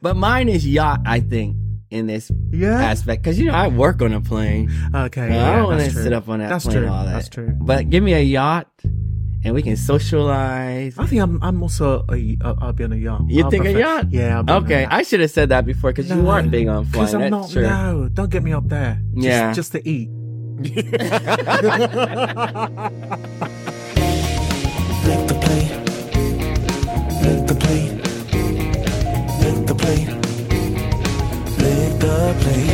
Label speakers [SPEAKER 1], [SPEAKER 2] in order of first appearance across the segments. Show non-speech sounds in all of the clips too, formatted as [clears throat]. [SPEAKER 1] But mine is yacht, I think, in this
[SPEAKER 2] Yeah.
[SPEAKER 1] aspect. Because, you know, I work on a plane.
[SPEAKER 2] Okay.
[SPEAKER 1] And I
[SPEAKER 2] yeah,
[SPEAKER 1] don't want to
[SPEAKER 2] that's true.
[SPEAKER 1] sit up on that
[SPEAKER 2] That's
[SPEAKER 1] plane
[SPEAKER 2] true.
[SPEAKER 1] and all that.
[SPEAKER 2] That's true.
[SPEAKER 1] But give me a yacht and we can socialize.
[SPEAKER 2] I think I'm. I'm also. A, uh, I'll be on a yacht.
[SPEAKER 1] You
[SPEAKER 2] I'll
[SPEAKER 1] think a
[SPEAKER 2] prefer-
[SPEAKER 1] yacht?
[SPEAKER 2] Yeah. I'll be on a
[SPEAKER 1] Okay,
[SPEAKER 2] yacht.
[SPEAKER 1] I should have said that before because you
[SPEAKER 2] No,
[SPEAKER 1] aren't big on flying.
[SPEAKER 2] Because Oh. I'm
[SPEAKER 1] That's
[SPEAKER 2] not.
[SPEAKER 1] true.
[SPEAKER 2] No, don't get me up there. Just,
[SPEAKER 1] Yeah.
[SPEAKER 2] Just to eat.
[SPEAKER 1] [laughs]
[SPEAKER 3] Make the play. Make the play. Make the play. Make the play.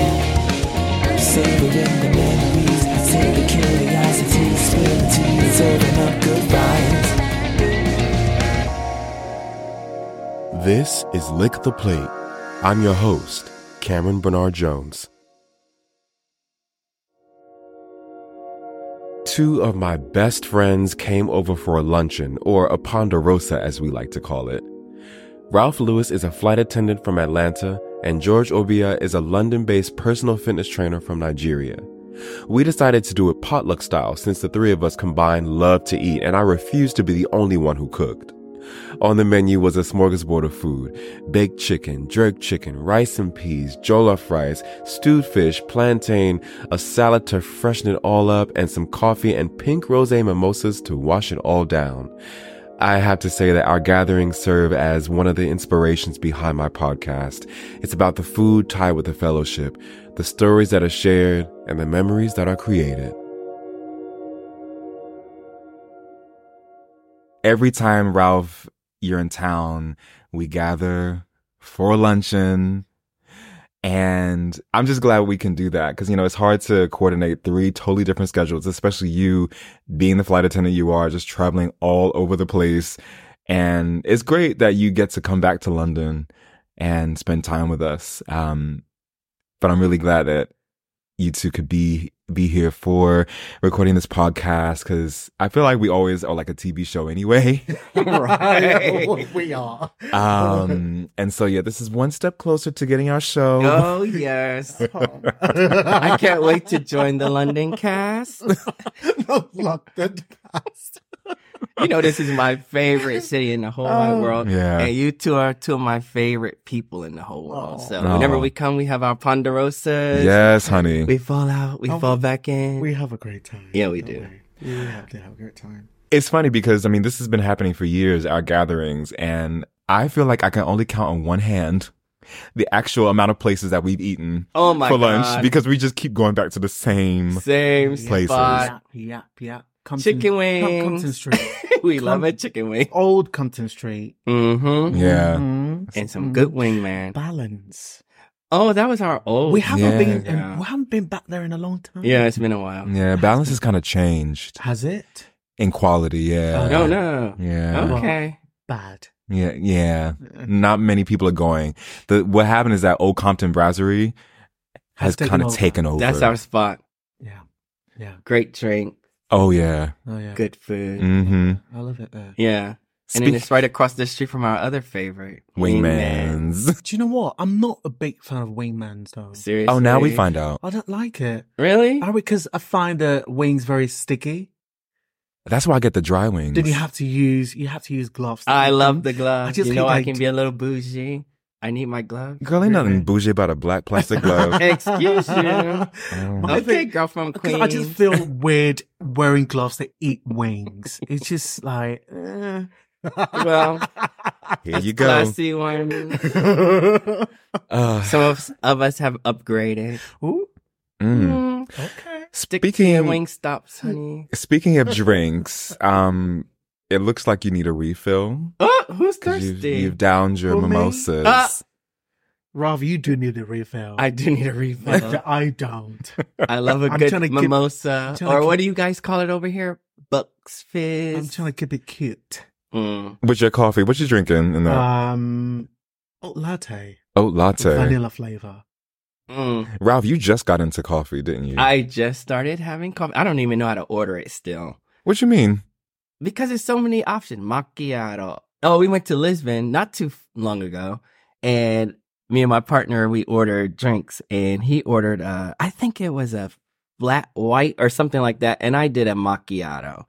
[SPEAKER 3] Savoring the memories, save the curiosity, spill the tea, serving up good vibes.
[SPEAKER 4] This is Lick the Plate. I'm your host, Cameron Bernard Jones. Two of my best friends came over for a luncheon, or a ponderosa as we like to call it. Ralph Lewis is a flight attendant from Atlanta, and George Obia is a London based personal fitness trainer from Nigeria. We decided to do it potluck style since the three of us combined love to eat, and I refused to be the only one who cooked. On the menu was a smorgasbord of food baked chicken, jerk chicken, rice and peas, jollof rice, stewed fish, plantain, a salad to freshen it all up, and some coffee and pink rose mimosas to wash it all down. I have to say that our gatherings serve as one of the inspirations behind my podcast. It's about the food tied with the fellowship, the stories that are shared, and the memories that are created.
[SPEAKER 5] every time Ralph, you're in town, we gather for luncheon. And I'm just glad we can do that because, you know, it's hard to coordinate three totally different schedules, especially you being the flight attendant you are, just traveling all over the place. And it's great that you get to come back to London and spend time with us. Um, but I'm really glad that you two could be be here for recording this podcast because I feel like we always are like a TV show anyway. [laughs]
[SPEAKER 2] right. we are.
[SPEAKER 5] Um, and so yeah, this is one step closer to getting our show.
[SPEAKER 1] Oh, yes. I can't wait to join the London cast.
[SPEAKER 2] Not London cast.
[SPEAKER 1] You know, this is my favorite city in the whole
[SPEAKER 2] Oh.
[SPEAKER 1] wide world.
[SPEAKER 5] Yeah.
[SPEAKER 1] And you two are two of my favorite people in the whole world.
[SPEAKER 2] Oh.
[SPEAKER 1] So
[SPEAKER 5] Aw.
[SPEAKER 1] whenever we come, we have our ponderosas.
[SPEAKER 5] Yes, honey.
[SPEAKER 1] We fall out, we
[SPEAKER 2] Oh,
[SPEAKER 1] fall back in.
[SPEAKER 2] We have a great time.
[SPEAKER 1] Yeah, we
[SPEAKER 2] don't
[SPEAKER 1] do.
[SPEAKER 2] We We have to have a great time.
[SPEAKER 5] it's funny because I mean this has been happening for years, our gatherings, and I feel like I can only count on one hand the actual amount of places that we've eaten
[SPEAKER 1] oh my
[SPEAKER 5] for
[SPEAKER 1] God.
[SPEAKER 5] lunch because we just keep going back to the same
[SPEAKER 1] Same
[SPEAKER 5] Places.
[SPEAKER 1] spot.
[SPEAKER 2] Yap, yap, yap. Compton,
[SPEAKER 1] Chicken
[SPEAKER 2] Com-
[SPEAKER 1] wings. [laughs]
[SPEAKER 2] Compton Street.
[SPEAKER 1] we
[SPEAKER 2] Come-
[SPEAKER 1] love a chicken wing.
[SPEAKER 2] Old Compton Street.
[SPEAKER 1] Mm-hmm.
[SPEAKER 5] Yeah.
[SPEAKER 2] Mhm.
[SPEAKER 1] And some
[SPEAKER 5] Mm-hmm.
[SPEAKER 2] Mhm.
[SPEAKER 1] good wing, man.
[SPEAKER 2] balance.
[SPEAKER 1] Oh, that was our old.
[SPEAKER 2] we haven't
[SPEAKER 5] yeah.
[SPEAKER 2] been.
[SPEAKER 1] Yeah.
[SPEAKER 2] We haven't been back there in a long time.
[SPEAKER 1] Yeah, it's been a while.
[SPEAKER 5] Yeah, balance has kind of changed
[SPEAKER 2] Has it?
[SPEAKER 5] in quality, yeah.
[SPEAKER 1] Oh, No, no.
[SPEAKER 5] Yeah.
[SPEAKER 1] Okay.
[SPEAKER 2] Bad.
[SPEAKER 5] Yeah, yeah. Not many people are going. The what happened is that Old Compton Brasserie
[SPEAKER 2] Has
[SPEAKER 5] has
[SPEAKER 2] taken
[SPEAKER 5] kind of
[SPEAKER 2] over.
[SPEAKER 5] taken over.
[SPEAKER 1] That's our spot.
[SPEAKER 2] Yeah. Yeah.
[SPEAKER 1] Great drink,
[SPEAKER 5] Oh yeah.
[SPEAKER 2] Oh yeah.
[SPEAKER 1] good food.
[SPEAKER 5] Mm-hmm.
[SPEAKER 2] I love it there.
[SPEAKER 1] Yeah. And then it's right across the street from our other favorite,
[SPEAKER 5] Wingman's.
[SPEAKER 2] Do you know what? I'm not a big fan of wingmans though.
[SPEAKER 1] Seriously.
[SPEAKER 5] Oh, now we find out.
[SPEAKER 2] I don't like it.
[SPEAKER 1] Really?
[SPEAKER 2] I because I find the wings very sticky.
[SPEAKER 5] That's why I get the dry wings.
[SPEAKER 2] Then you have to use you have to use gloves.
[SPEAKER 1] I love the glove.
[SPEAKER 2] I just
[SPEAKER 1] you know,
[SPEAKER 2] hate,
[SPEAKER 1] I
[SPEAKER 2] like-
[SPEAKER 1] can be a little bougie. I need my glove.
[SPEAKER 5] Girl, ain't nothing bougie about a
[SPEAKER 1] [laughs]
[SPEAKER 5] black plastic glove.
[SPEAKER 1] Excuse you.
[SPEAKER 5] Oh.
[SPEAKER 2] I
[SPEAKER 1] Okay,
[SPEAKER 2] think-
[SPEAKER 1] girl from
[SPEAKER 2] Because
[SPEAKER 1] Queens.
[SPEAKER 2] I just feel weird wearing gloves to eat wings. It's just like, eh.
[SPEAKER 1] well,
[SPEAKER 5] Here you go.
[SPEAKER 1] classy one.
[SPEAKER 5] Uh,
[SPEAKER 1] Some of, of us have upgraded.
[SPEAKER 2] [laughs] Ooh,
[SPEAKER 5] mm.
[SPEAKER 1] Mm.
[SPEAKER 2] okay.
[SPEAKER 1] Stick to your
[SPEAKER 5] Speaking- Hmm.
[SPEAKER 1] wing stops, honey.
[SPEAKER 5] Speaking of drinks, um, it looks like you need a refill.
[SPEAKER 1] Oh, who's
[SPEAKER 5] 'cause You've,
[SPEAKER 1] thirsty?
[SPEAKER 5] you've downed your
[SPEAKER 2] Who, me?
[SPEAKER 5] mimosas.
[SPEAKER 1] Ah.
[SPEAKER 2] Rav, you do need a refill.
[SPEAKER 1] I do need a
[SPEAKER 5] [laughs] Uh-huh.
[SPEAKER 1] refill.
[SPEAKER 2] I don't.
[SPEAKER 1] I love a
[SPEAKER 2] I'm
[SPEAKER 1] good
[SPEAKER 2] trying to keep-
[SPEAKER 1] mimosa,
[SPEAKER 2] I'm trying to
[SPEAKER 1] or
[SPEAKER 2] keep-
[SPEAKER 1] what do you guys call it over here? Bucks fizz.
[SPEAKER 2] I'm trying to keep it cute.
[SPEAKER 1] Mm.
[SPEAKER 5] With your coffee, what you drinking in the
[SPEAKER 1] Ah,
[SPEAKER 2] Um, oh, latte,
[SPEAKER 5] oh latte?
[SPEAKER 2] vanilla flavor.
[SPEAKER 1] Mm.
[SPEAKER 5] Ralph, you just got into coffee, didn't you?
[SPEAKER 1] I just started having coffee. I don't even know how to order it still
[SPEAKER 5] What you mean?
[SPEAKER 1] because there's so many options. Macchiato. Oh, we went to Lisbon not too f- long ago, and me and my partner we ordered drinks, and he ordered uh, I think it was a flat white or something like that, and I did a macchiato.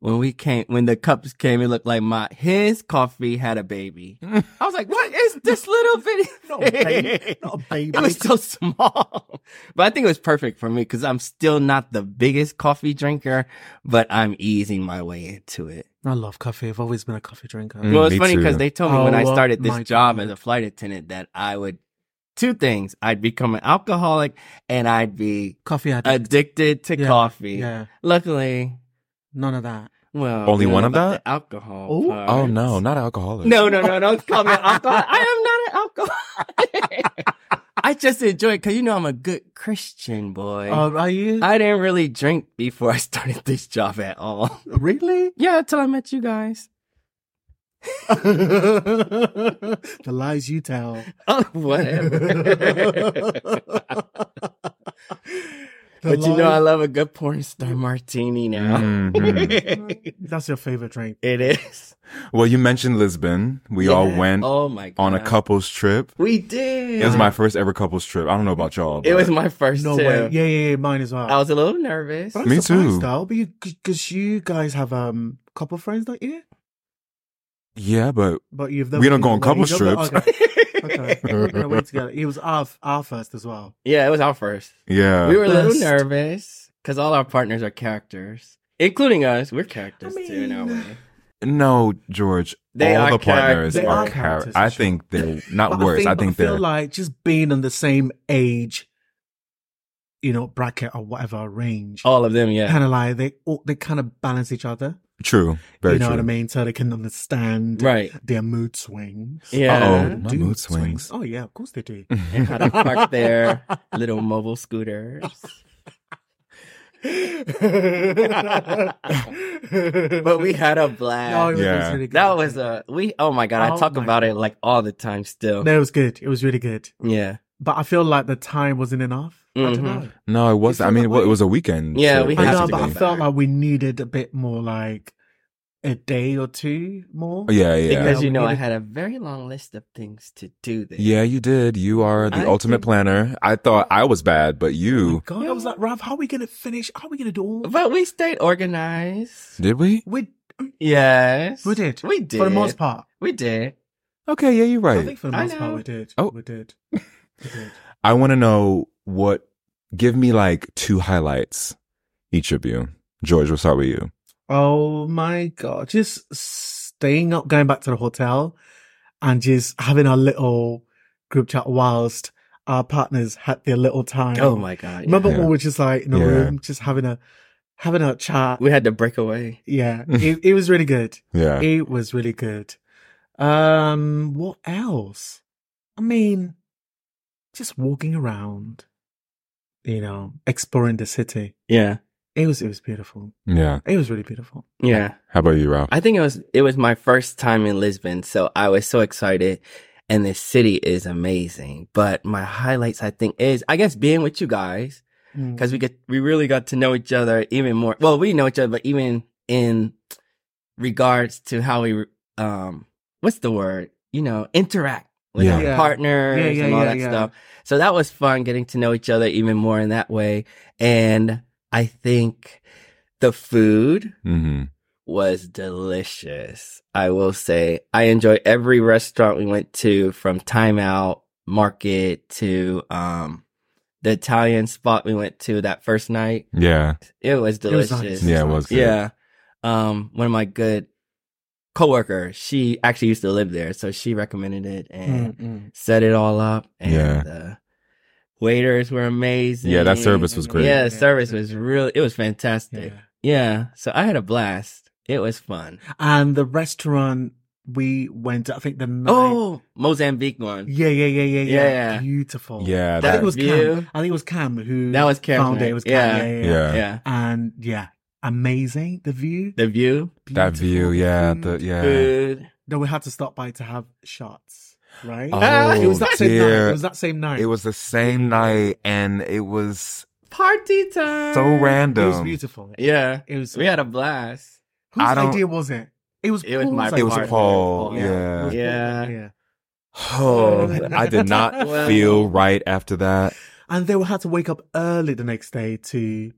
[SPEAKER 1] when we came when the cups came, it looked like my his coffee had a [laughs] baby. I was like, what is this little bitty?
[SPEAKER 2] Not a baby.
[SPEAKER 1] [laughs] thing?
[SPEAKER 2] Not a baby.
[SPEAKER 1] It was so small. [laughs] But I think it was perfect for me because I'm still not the biggest coffee drinker, but I'm easing my way into it.
[SPEAKER 2] I love coffee. I've always been a coffee drinker.
[SPEAKER 5] Mm.
[SPEAKER 1] well, it's
[SPEAKER 5] me
[SPEAKER 1] funny
[SPEAKER 5] too.
[SPEAKER 1] because they told me
[SPEAKER 2] Oh,
[SPEAKER 1] when I
[SPEAKER 2] well,
[SPEAKER 1] started this
[SPEAKER 2] my
[SPEAKER 1] job
[SPEAKER 2] God.
[SPEAKER 1] as a flight attendant that I would two things. I'd become an alcoholic and I'd be
[SPEAKER 2] Coffee addict.
[SPEAKER 1] addicted to
[SPEAKER 2] Yeah,
[SPEAKER 1] coffee.
[SPEAKER 2] yeah,
[SPEAKER 1] Luckily,
[SPEAKER 2] none of that.
[SPEAKER 1] well,
[SPEAKER 5] Only
[SPEAKER 1] you know
[SPEAKER 5] one of
[SPEAKER 1] about
[SPEAKER 5] that?
[SPEAKER 1] the alcohol.
[SPEAKER 2] Oh.
[SPEAKER 1] part.
[SPEAKER 5] Oh no, not alcoholic.
[SPEAKER 1] No, no, no! Don't call me
[SPEAKER 2] [laughs]
[SPEAKER 1] an alcoholic. I am not an alcoholic. [laughs] I just enjoy it because you know I'm a good Christian boy.
[SPEAKER 2] Oh, are you
[SPEAKER 1] I didn't really drink before I started this job at all.
[SPEAKER 2] really?
[SPEAKER 1] Yeah, until I met you guys.
[SPEAKER 2] the lies you tell.
[SPEAKER 1] [laughs] Oh, [laughs] whatever. but you know I love a good porn star martini now.
[SPEAKER 5] Mhm.
[SPEAKER 2] that's your favorite drink.
[SPEAKER 1] It is.
[SPEAKER 5] well, you mentioned Lisbon.
[SPEAKER 1] [laughs]
[SPEAKER 5] We all
[SPEAKER 1] Yeah.
[SPEAKER 5] went
[SPEAKER 1] Oh my god.
[SPEAKER 5] on a couples trip.
[SPEAKER 1] We did.
[SPEAKER 5] It was my first ever couples trip. I don't know about y'all.
[SPEAKER 1] It
[SPEAKER 5] but-
[SPEAKER 1] was my first
[SPEAKER 2] No
[SPEAKER 1] too.
[SPEAKER 2] way. Yeah, yeah, yeah. Mine as well.
[SPEAKER 1] I was a little [laughs] nervous.
[SPEAKER 2] But I'm
[SPEAKER 5] Me
[SPEAKER 2] surprised,
[SPEAKER 5] too.
[SPEAKER 2] Though, but you, because you guys have um couple friends, don't you?
[SPEAKER 5] yeah, but
[SPEAKER 2] But you've
[SPEAKER 5] We don't go on couple
[SPEAKER 2] you've never-
[SPEAKER 5] trips.
[SPEAKER 2] Okay, okay. No, we're together. It was our our first as well.
[SPEAKER 1] [laughs] yeah, it was our first.
[SPEAKER 5] yeah,
[SPEAKER 1] we were a little
[SPEAKER 2] Best.
[SPEAKER 1] nervous because all our partners are characters, including us. We're characters
[SPEAKER 2] I
[SPEAKER 1] too in our
[SPEAKER 2] mean,
[SPEAKER 1] way.
[SPEAKER 5] no, George.
[SPEAKER 1] They
[SPEAKER 5] all
[SPEAKER 1] are
[SPEAKER 5] the partners
[SPEAKER 2] charac- they
[SPEAKER 5] are
[SPEAKER 2] are characters,
[SPEAKER 5] characters. I
[SPEAKER 2] for
[SPEAKER 5] think they're not
[SPEAKER 2] But
[SPEAKER 5] worse. I
[SPEAKER 2] but
[SPEAKER 5] think
[SPEAKER 2] I feel
[SPEAKER 5] they're
[SPEAKER 2] like just being in the same age, you know, bracket or whatever range.
[SPEAKER 5] Oh,
[SPEAKER 1] All of them, yeah.
[SPEAKER 2] [laughs] Kind of like they all, they kind of balance each other.
[SPEAKER 5] true. Very
[SPEAKER 2] you know
[SPEAKER 5] true.
[SPEAKER 2] what I mean? So they can understand
[SPEAKER 1] Right.
[SPEAKER 2] their mood swings.
[SPEAKER 1] Yeah.
[SPEAKER 5] Uh-oh. My
[SPEAKER 2] Do
[SPEAKER 5] mood swings.
[SPEAKER 2] Oh yeah, of course they do.
[SPEAKER 1] And how to park their little mobile scooters.
[SPEAKER 2] [laughs]
[SPEAKER 1] But
[SPEAKER 2] but
[SPEAKER 1] we had a blast.
[SPEAKER 2] no, it was, it
[SPEAKER 5] Yeah.
[SPEAKER 2] was really good.
[SPEAKER 1] that was
[SPEAKER 5] uh,
[SPEAKER 1] a we oh my god, I
[SPEAKER 2] Oh
[SPEAKER 1] talk
[SPEAKER 2] my
[SPEAKER 1] about it like all the time
[SPEAKER 5] Oh.
[SPEAKER 1] still.
[SPEAKER 2] no, it was good. It was really good.
[SPEAKER 1] Yeah.
[SPEAKER 2] But I feel like the time wasn't enough. I
[SPEAKER 5] Mm-hmm.
[SPEAKER 1] Mhm.
[SPEAKER 2] don't know.
[SPEAKER 5] [laughs] No, it wasn't. I
[SPEAKER 2] feel
[SPEAKER 5] mean,
[SPEAKER 2] that
[SPEAKER 5] well, it
[SPEAKER 2] way?
[SPEAKER 5] was a weekend.
[SPEAKER 1] Yeah,
[SPEAKER 5] trip,
[SPEAKER 1] we
[SPEAKER 2] I
[SPEAKER 1] had to
[SPEAKER 2] know, but I
[SPEAKER 1] go.
[SPEAKER 5] basically.
[SPEAKER 2] felt like we needed a bit more, like a day or two more.
[SPEAKER 5] Yeah, yeah,
[SPEAKER 1] Because you
[SPEAKER 2] Yeah, we
[SPEAKER 1] know I
[SPEAKER 2] needed-
[SPEAKER 1] had a very long list of things to do there.
[SPEAKER 5] yeah. You did. You are the
[SPEAKER 1] I
[SPEAKER 5] ultimate
[SPEAKER 1] think-
[SPEAKER 5] planner. I thought I was bad, but you
[SPEAKER 2] Oh God, I was like, Rav, how are we gonna finish? How are we gonna do all?
[SPEAKER 1] But we stayed organized.
[SPEAKER 5] did. We
[SPEAKER 2] We
[SPEAKER 1] Yes.
[SPEAKER 2] we did.
[SPEAKER 1] We did.
[SPEAKER 2] for the most part.
[SPEAKER 1] We did.
[SPEAKER 5] okay? Yeah, you're
[SPEAKER 2] I
[SPEAKER 5] right.
[SPEAKER 2] think for the
[SPEAKER 1] I
[SPEAKER 2] most part
[SPEAKER 1] know.
[SPEAKER 2] we did.
[SPEAKER 5] Oh.
[SPEAKER 2] we
[SPEAKER 1] [laughs]
[SPEAKER 2] did. We did.
[SPEAKER 5] I want to know what. Give me like two highlights, each of you. George, we'll start with you.
[SPEAKER 2] Oh my god! Just staying up, going back to the hotel, and just having our little group chat whilst our partners had their little time.
[SPEAKER 1] Oh my god. yeah.
[SPEAKER 2] Remember
[SPEAKER 5] Yeah.
[SPEAKER 2] when we were just like in the
[SPEAKER 5] Yeah.
[SPEAKER 2] room, just having a having a chat.
[SPEAKER 1] We had to break away. [laughs]
[SPEAKER 2] Yeah, it, it was really good.
[SPEAKER 5] Yeah.
[SPEAKER 2] It was really good. Um, what else? I mean, just walking around, you know, exploring the city.
[SPEAKER 1] Yeah.
[SPEAKER 2] It was it was beautiful.
[SPEAKER 5] Yeah.
[SPEAKER 2] It was really beautiful.
[SPEAKER 1] Yeah.
[SPEAKER 5] How about you, Ralph?
[SPEAKER 1] I think it was it was my first time in Lisbon, so I was so excited and the city is amazing. But my highlights I think is I guess being with you guys
[SPEAKER 2] Mm.
[SPEAKER 1] cuz we get we really got to know each other even more. Well, we know each other but even in regards to how we um what's the word? You know, interact with
[SPEAKER 5] Yeah.
[SPEAKER 1] our
[SPEAKER 2] Yeah.
[SPEAKER 1] partners
[SPEAKER 2] Yeah, yeah,
[SPEAKER 1] and all
[SPEAKER 2] yeah,
[SPEAKER 1] that
[SPEAKER 2] yeah.
[SPEAKER 1] stuff. So that was fun getting to know each other even more in that way and I think the food
[SPEAKER 5] Mm-hmm.
[SPEAKER 1] was delicious. I will say I enjoyed every restaurant we went to from Timeout Market to um the Italian spot we went to that first night.
[SPEAKER 5] Yeah.
[SPEAKER 1] It was
[SPEAKER 2] It was
[SPEAKER 1] delicious.
[SPEAKER 2] nice.
[SPEAKER 5] Yeah, it was good.
[SPEAKER 1] Yeah. Um one of my good coworkers, she actually used to live there, so she recommended it and
[SPEAKER 2] Mm-mm.
[SPEAKER 1] set it all up and
[SPEAKER 5] Yeah.
[SPEAKER 1] the waiters were amazing.
[SPEAKER 5] Yeah, that service was great.
[SPEAKER 1] Yeah, the service was really it was fantastic.
[SPEAKER 2] Yeah.
[SPEAKER 1] Yeah, so I had a blast. It was fun.
[SPEAKER 2] And the restaurant we went, to, I think the night.
[SPEAKER 1] Oh, Mozambique one.
[SPEAKER 2] yeah, yeah, yeah, yeah, yeah.
[SPEAKER 1] Yeah.
[SPEAKER 2] Beautiful. I
[SPEAKER 5] Yeah.
[SPEAKER 2] think
[SPEAKER 1] That
[SPEAKER 2] it was
[SPEAKER 1] view.
[SPEAKER 2] Cam. I think it was Cam who
[SPEAKER 1] That was Cam,
[SPEAKER 2] found it.
[SPEAKER 1] right?
[SPEAKER 2] It was Cam.
[SPEAKER 1] Yeah.
[SPEAKER 2] Yeah. Yeah, yeah,
[SPEAKER 5] yeah.
[SPEAKER 1] Yeah,
[SPEAKER 2] And yeah, amazing. The view.
[SPEAKER 1] the view,
[SPEAKER 5] That
[SPEAKER 2] Beautiful. The
[SPEAKER 5] view. Yeah.
[SPEAKER 2] food.
[SPEAKER 5] The, yeah.
[SPEAKER 1] food.
[SPEAKER 2] No, we had to stop by to have shots. Right.
[SPEAKER 5] Oh,
[SPEAKER 2] it was that same
[SPEAKER 5] dear.
[SPEAKER 2] night. It was that same night.
[SPEAKER 5] It was the same night, and it was
[SPEAKER 1] Party time.
[SPEAKER 5] so
[SPEAKER 2] It was
[SPEAKER 5] random.
[SPEAKER 2] beautiful.
[SPEAKER 1] Yeah,
[SPEAKER 2] It was.
[SPEAKER 1] we had a blast.
[SPEAKER 2] whose
[SPEAKER 5] I don't-
[SPEAKER 2] idea was it? It was.
[SPEAKER 1] It was
[SPEAKER 2] Paul's
[SPEAKER 1] my
[SPEAKER 2] idea.
[SPEAKER 5] It was
[SPEAKER 1] partner.
[SPEAKER 5] Paul,
[SPEAKER 2] It was
[SPEAKER 5] yeah.
[SPEAKER 2] Paul,
[SPEAKER 1] Yeah.
[SPEAKER 2] Yeah.
[SPEAKER 5] Oh, I
[SPEAKER 2] [laughs]
[SPEAKER 5] did not
[SPEAKER 1] Well-
[SPEAKER 5] feel right after that.
[SPEAKER 2] And they had to wake up early the next day to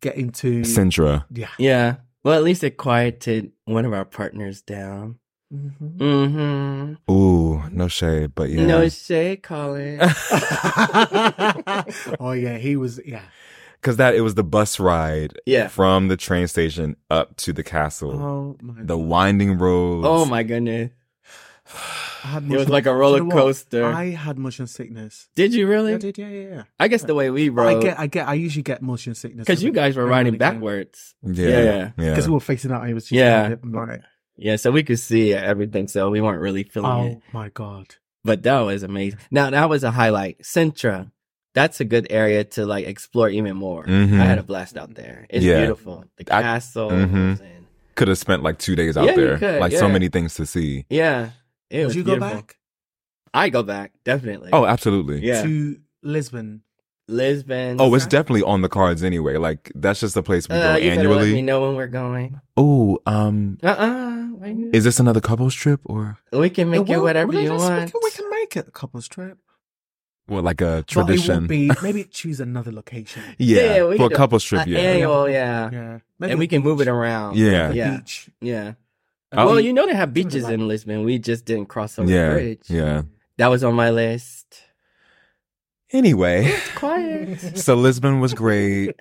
[SPEAKER 2] get into.
[SPEAKER 5] Sintra.
[SPEAKER 2] yeah.
[SPEAKER 1] Yeah, Well, at least it quieted one of our partners down.
[SPEAKER 2] Mhm.
[SPEAKER 1] Mm-hmm.
[SPEAKER 5] Ooh, no shade, but yeah. [laughs]
[SPEAKER 1] No shade, Colin.
[SPEAKER 2] [laughs] oh yeah, he was yeah.
[SPEAKER 5] Because that, it was the bus ride
[SPEAKER 1] yeah.
[SPEAKER 5] from the train station up to the castle.
[SPEAKER 2] Oh my
[SPEAKER 5] The winding roads.
[SPEAKER 1] Oh my goodness.
[SPEAKER 2] I had
[SPEAKER 1] It was
[SPEAKER 2] motion-
[SPEAKER 1] like a
[SPEAKER 2] Do
[SPEAKER 1] roller
[SPEAKER 2] you know what?
[SPEAKER 1] coaster.
[SPEAKER 2] I had motion sickness.
[SPEAKER 1] Did you really?
[SPEAKER 2] I did, yeah, yeah, yeah.
[SPEAKER 1] I guess the way we
[SPEAKER 2] But I
[SPEAKER 1] rode,
[SPEAKER 2] get, I get, I usually get motion sickness
[SPEAKER 1] because you guys were riding
[SPEAKER 2] backwards.
[SPEAKER 1] backwards.
[SPEAKER 5] Yeah.
[SPEAKER 1] Yeah.
[SPEAKER 2] because we were facing out. and It was just
[SPEAKER 1] Yeah.
[SPEAKER 2] kind of like,
[SPEAKER 1] Yeah, so we could see everything, so we weren't really feeling it.
[SPEAKER 2] oh my god.
[SPEAKER 1] But that was amazing. Now that was a highlight. Sintra, that's a good area to like explore even more.
[SPEAKER 5] Mhm.
[SPEAKER 1] I had a blast out there. It's
[SPEAKER 5] Yeah.
[SPEAKER 1] beautiful. The
[SPEAKER 5] I-
[SPEAKER 1] castle.
[SPEAKER 5] Mhm.
[SPEAKER 1] and-
[SPEAKER 5] Could have spent like two days out
[SPEAKER 1] Yeah, you
[SPEAKER 5] there.
[SPEAKER 1] could,
[SPEAKER 5] like so
[SPEAKER 1] yeah.
[SPEAKER 5] many things to see.
[SPEAKER 1] Yeah, it
[SPEAKER 2] Did
[SPEAKER 1] was
[SPEAKER 2] you go
[SPEAKER 1] beautiful.
[SPEAKER 2] back
[SPEAKER 1] I go back definitely.
[SPEAKER 5] Oh, absolutely.
[SPEAKER 1] yeah,
[SPEAKER 2] to Lisbon?
[SPEAKER 1] Lisbon.
[SPEAKER 5] Oh, it's
[SPEAKER 2] Okay.
[SPEAKER 5] definitely on the cards anyway. Like that's just the place we
[SPEAKER 1] Uh,
[SPEAKER 5] go
[SPEAKER 1] you better Let me
[SPEAKER 5] annually.
[SPEAKER 1] know when we're going.
[SPEAKER 5] Oh, um,
[SPEAKER 1] Uh uh
[SPEAKER 5] is this another couples trip or
[SPEAKER 1] we can make
[SPEAKER 2] Well,
[SPEAKER 1] it whatever
[SPEAKER 2] well,
[SPEAKER 1] you
[SPEAKER 2] let's-
[SPEAKER 1] want.
[SPEAKER 2] We can, we can make it a couple's trip.
[SPEAKER 5] well, like a
[SPEAKER 2] But it
[SPEAKER 5] tradition?
[SPEAKER 2] would be
[SPEAKER 1] [laughs]
[SPEAKER 2] maybe choose another location.
[SPEAKER 5] yeah,
[SPEAKER 1] Yeah, we
[SPEAKER 5] for a
[SPEAKER 1] could-
[SPEAKER 5] couples trip.
[SPEAKER 1] Uh,
[SPEAKER 5] yeah.
[SPEAKER 1] yeah. Annual, yeah.
[SPEAKER 2] yeah.
[SPEAKER 1] and we can move it around.
[SPEAKER 5] Yeah.
[SPEAKER 2] The
[SPEAKER 1] yeah,
[SPEAKER 2] beach.
[SPEAKER 1] yeah.
[SPEAKER 5] Oh.
[SPEAKER 1] Well,
[SPEAKER 2] [laughs]
[SPEAKER 1] you know they have
[SPEAKER 2] Something
[SPEAKER 1] beaches
[SPEAKER 2] like-
[SPEAKER 1] in Lisbon. We just didn't cross over
[SPEAKER 5] yeah,
[SPEAKER 1] the bridge.
[SPEAKER 5] yeah.
[SPEAKER 1] That was on my list. [laughs]
[SPEAKER 5] Anyway, [laughs]
[SPEAKER 1] It's [laughs] quiet.
[SPEAKER 5] so Lisbon was great.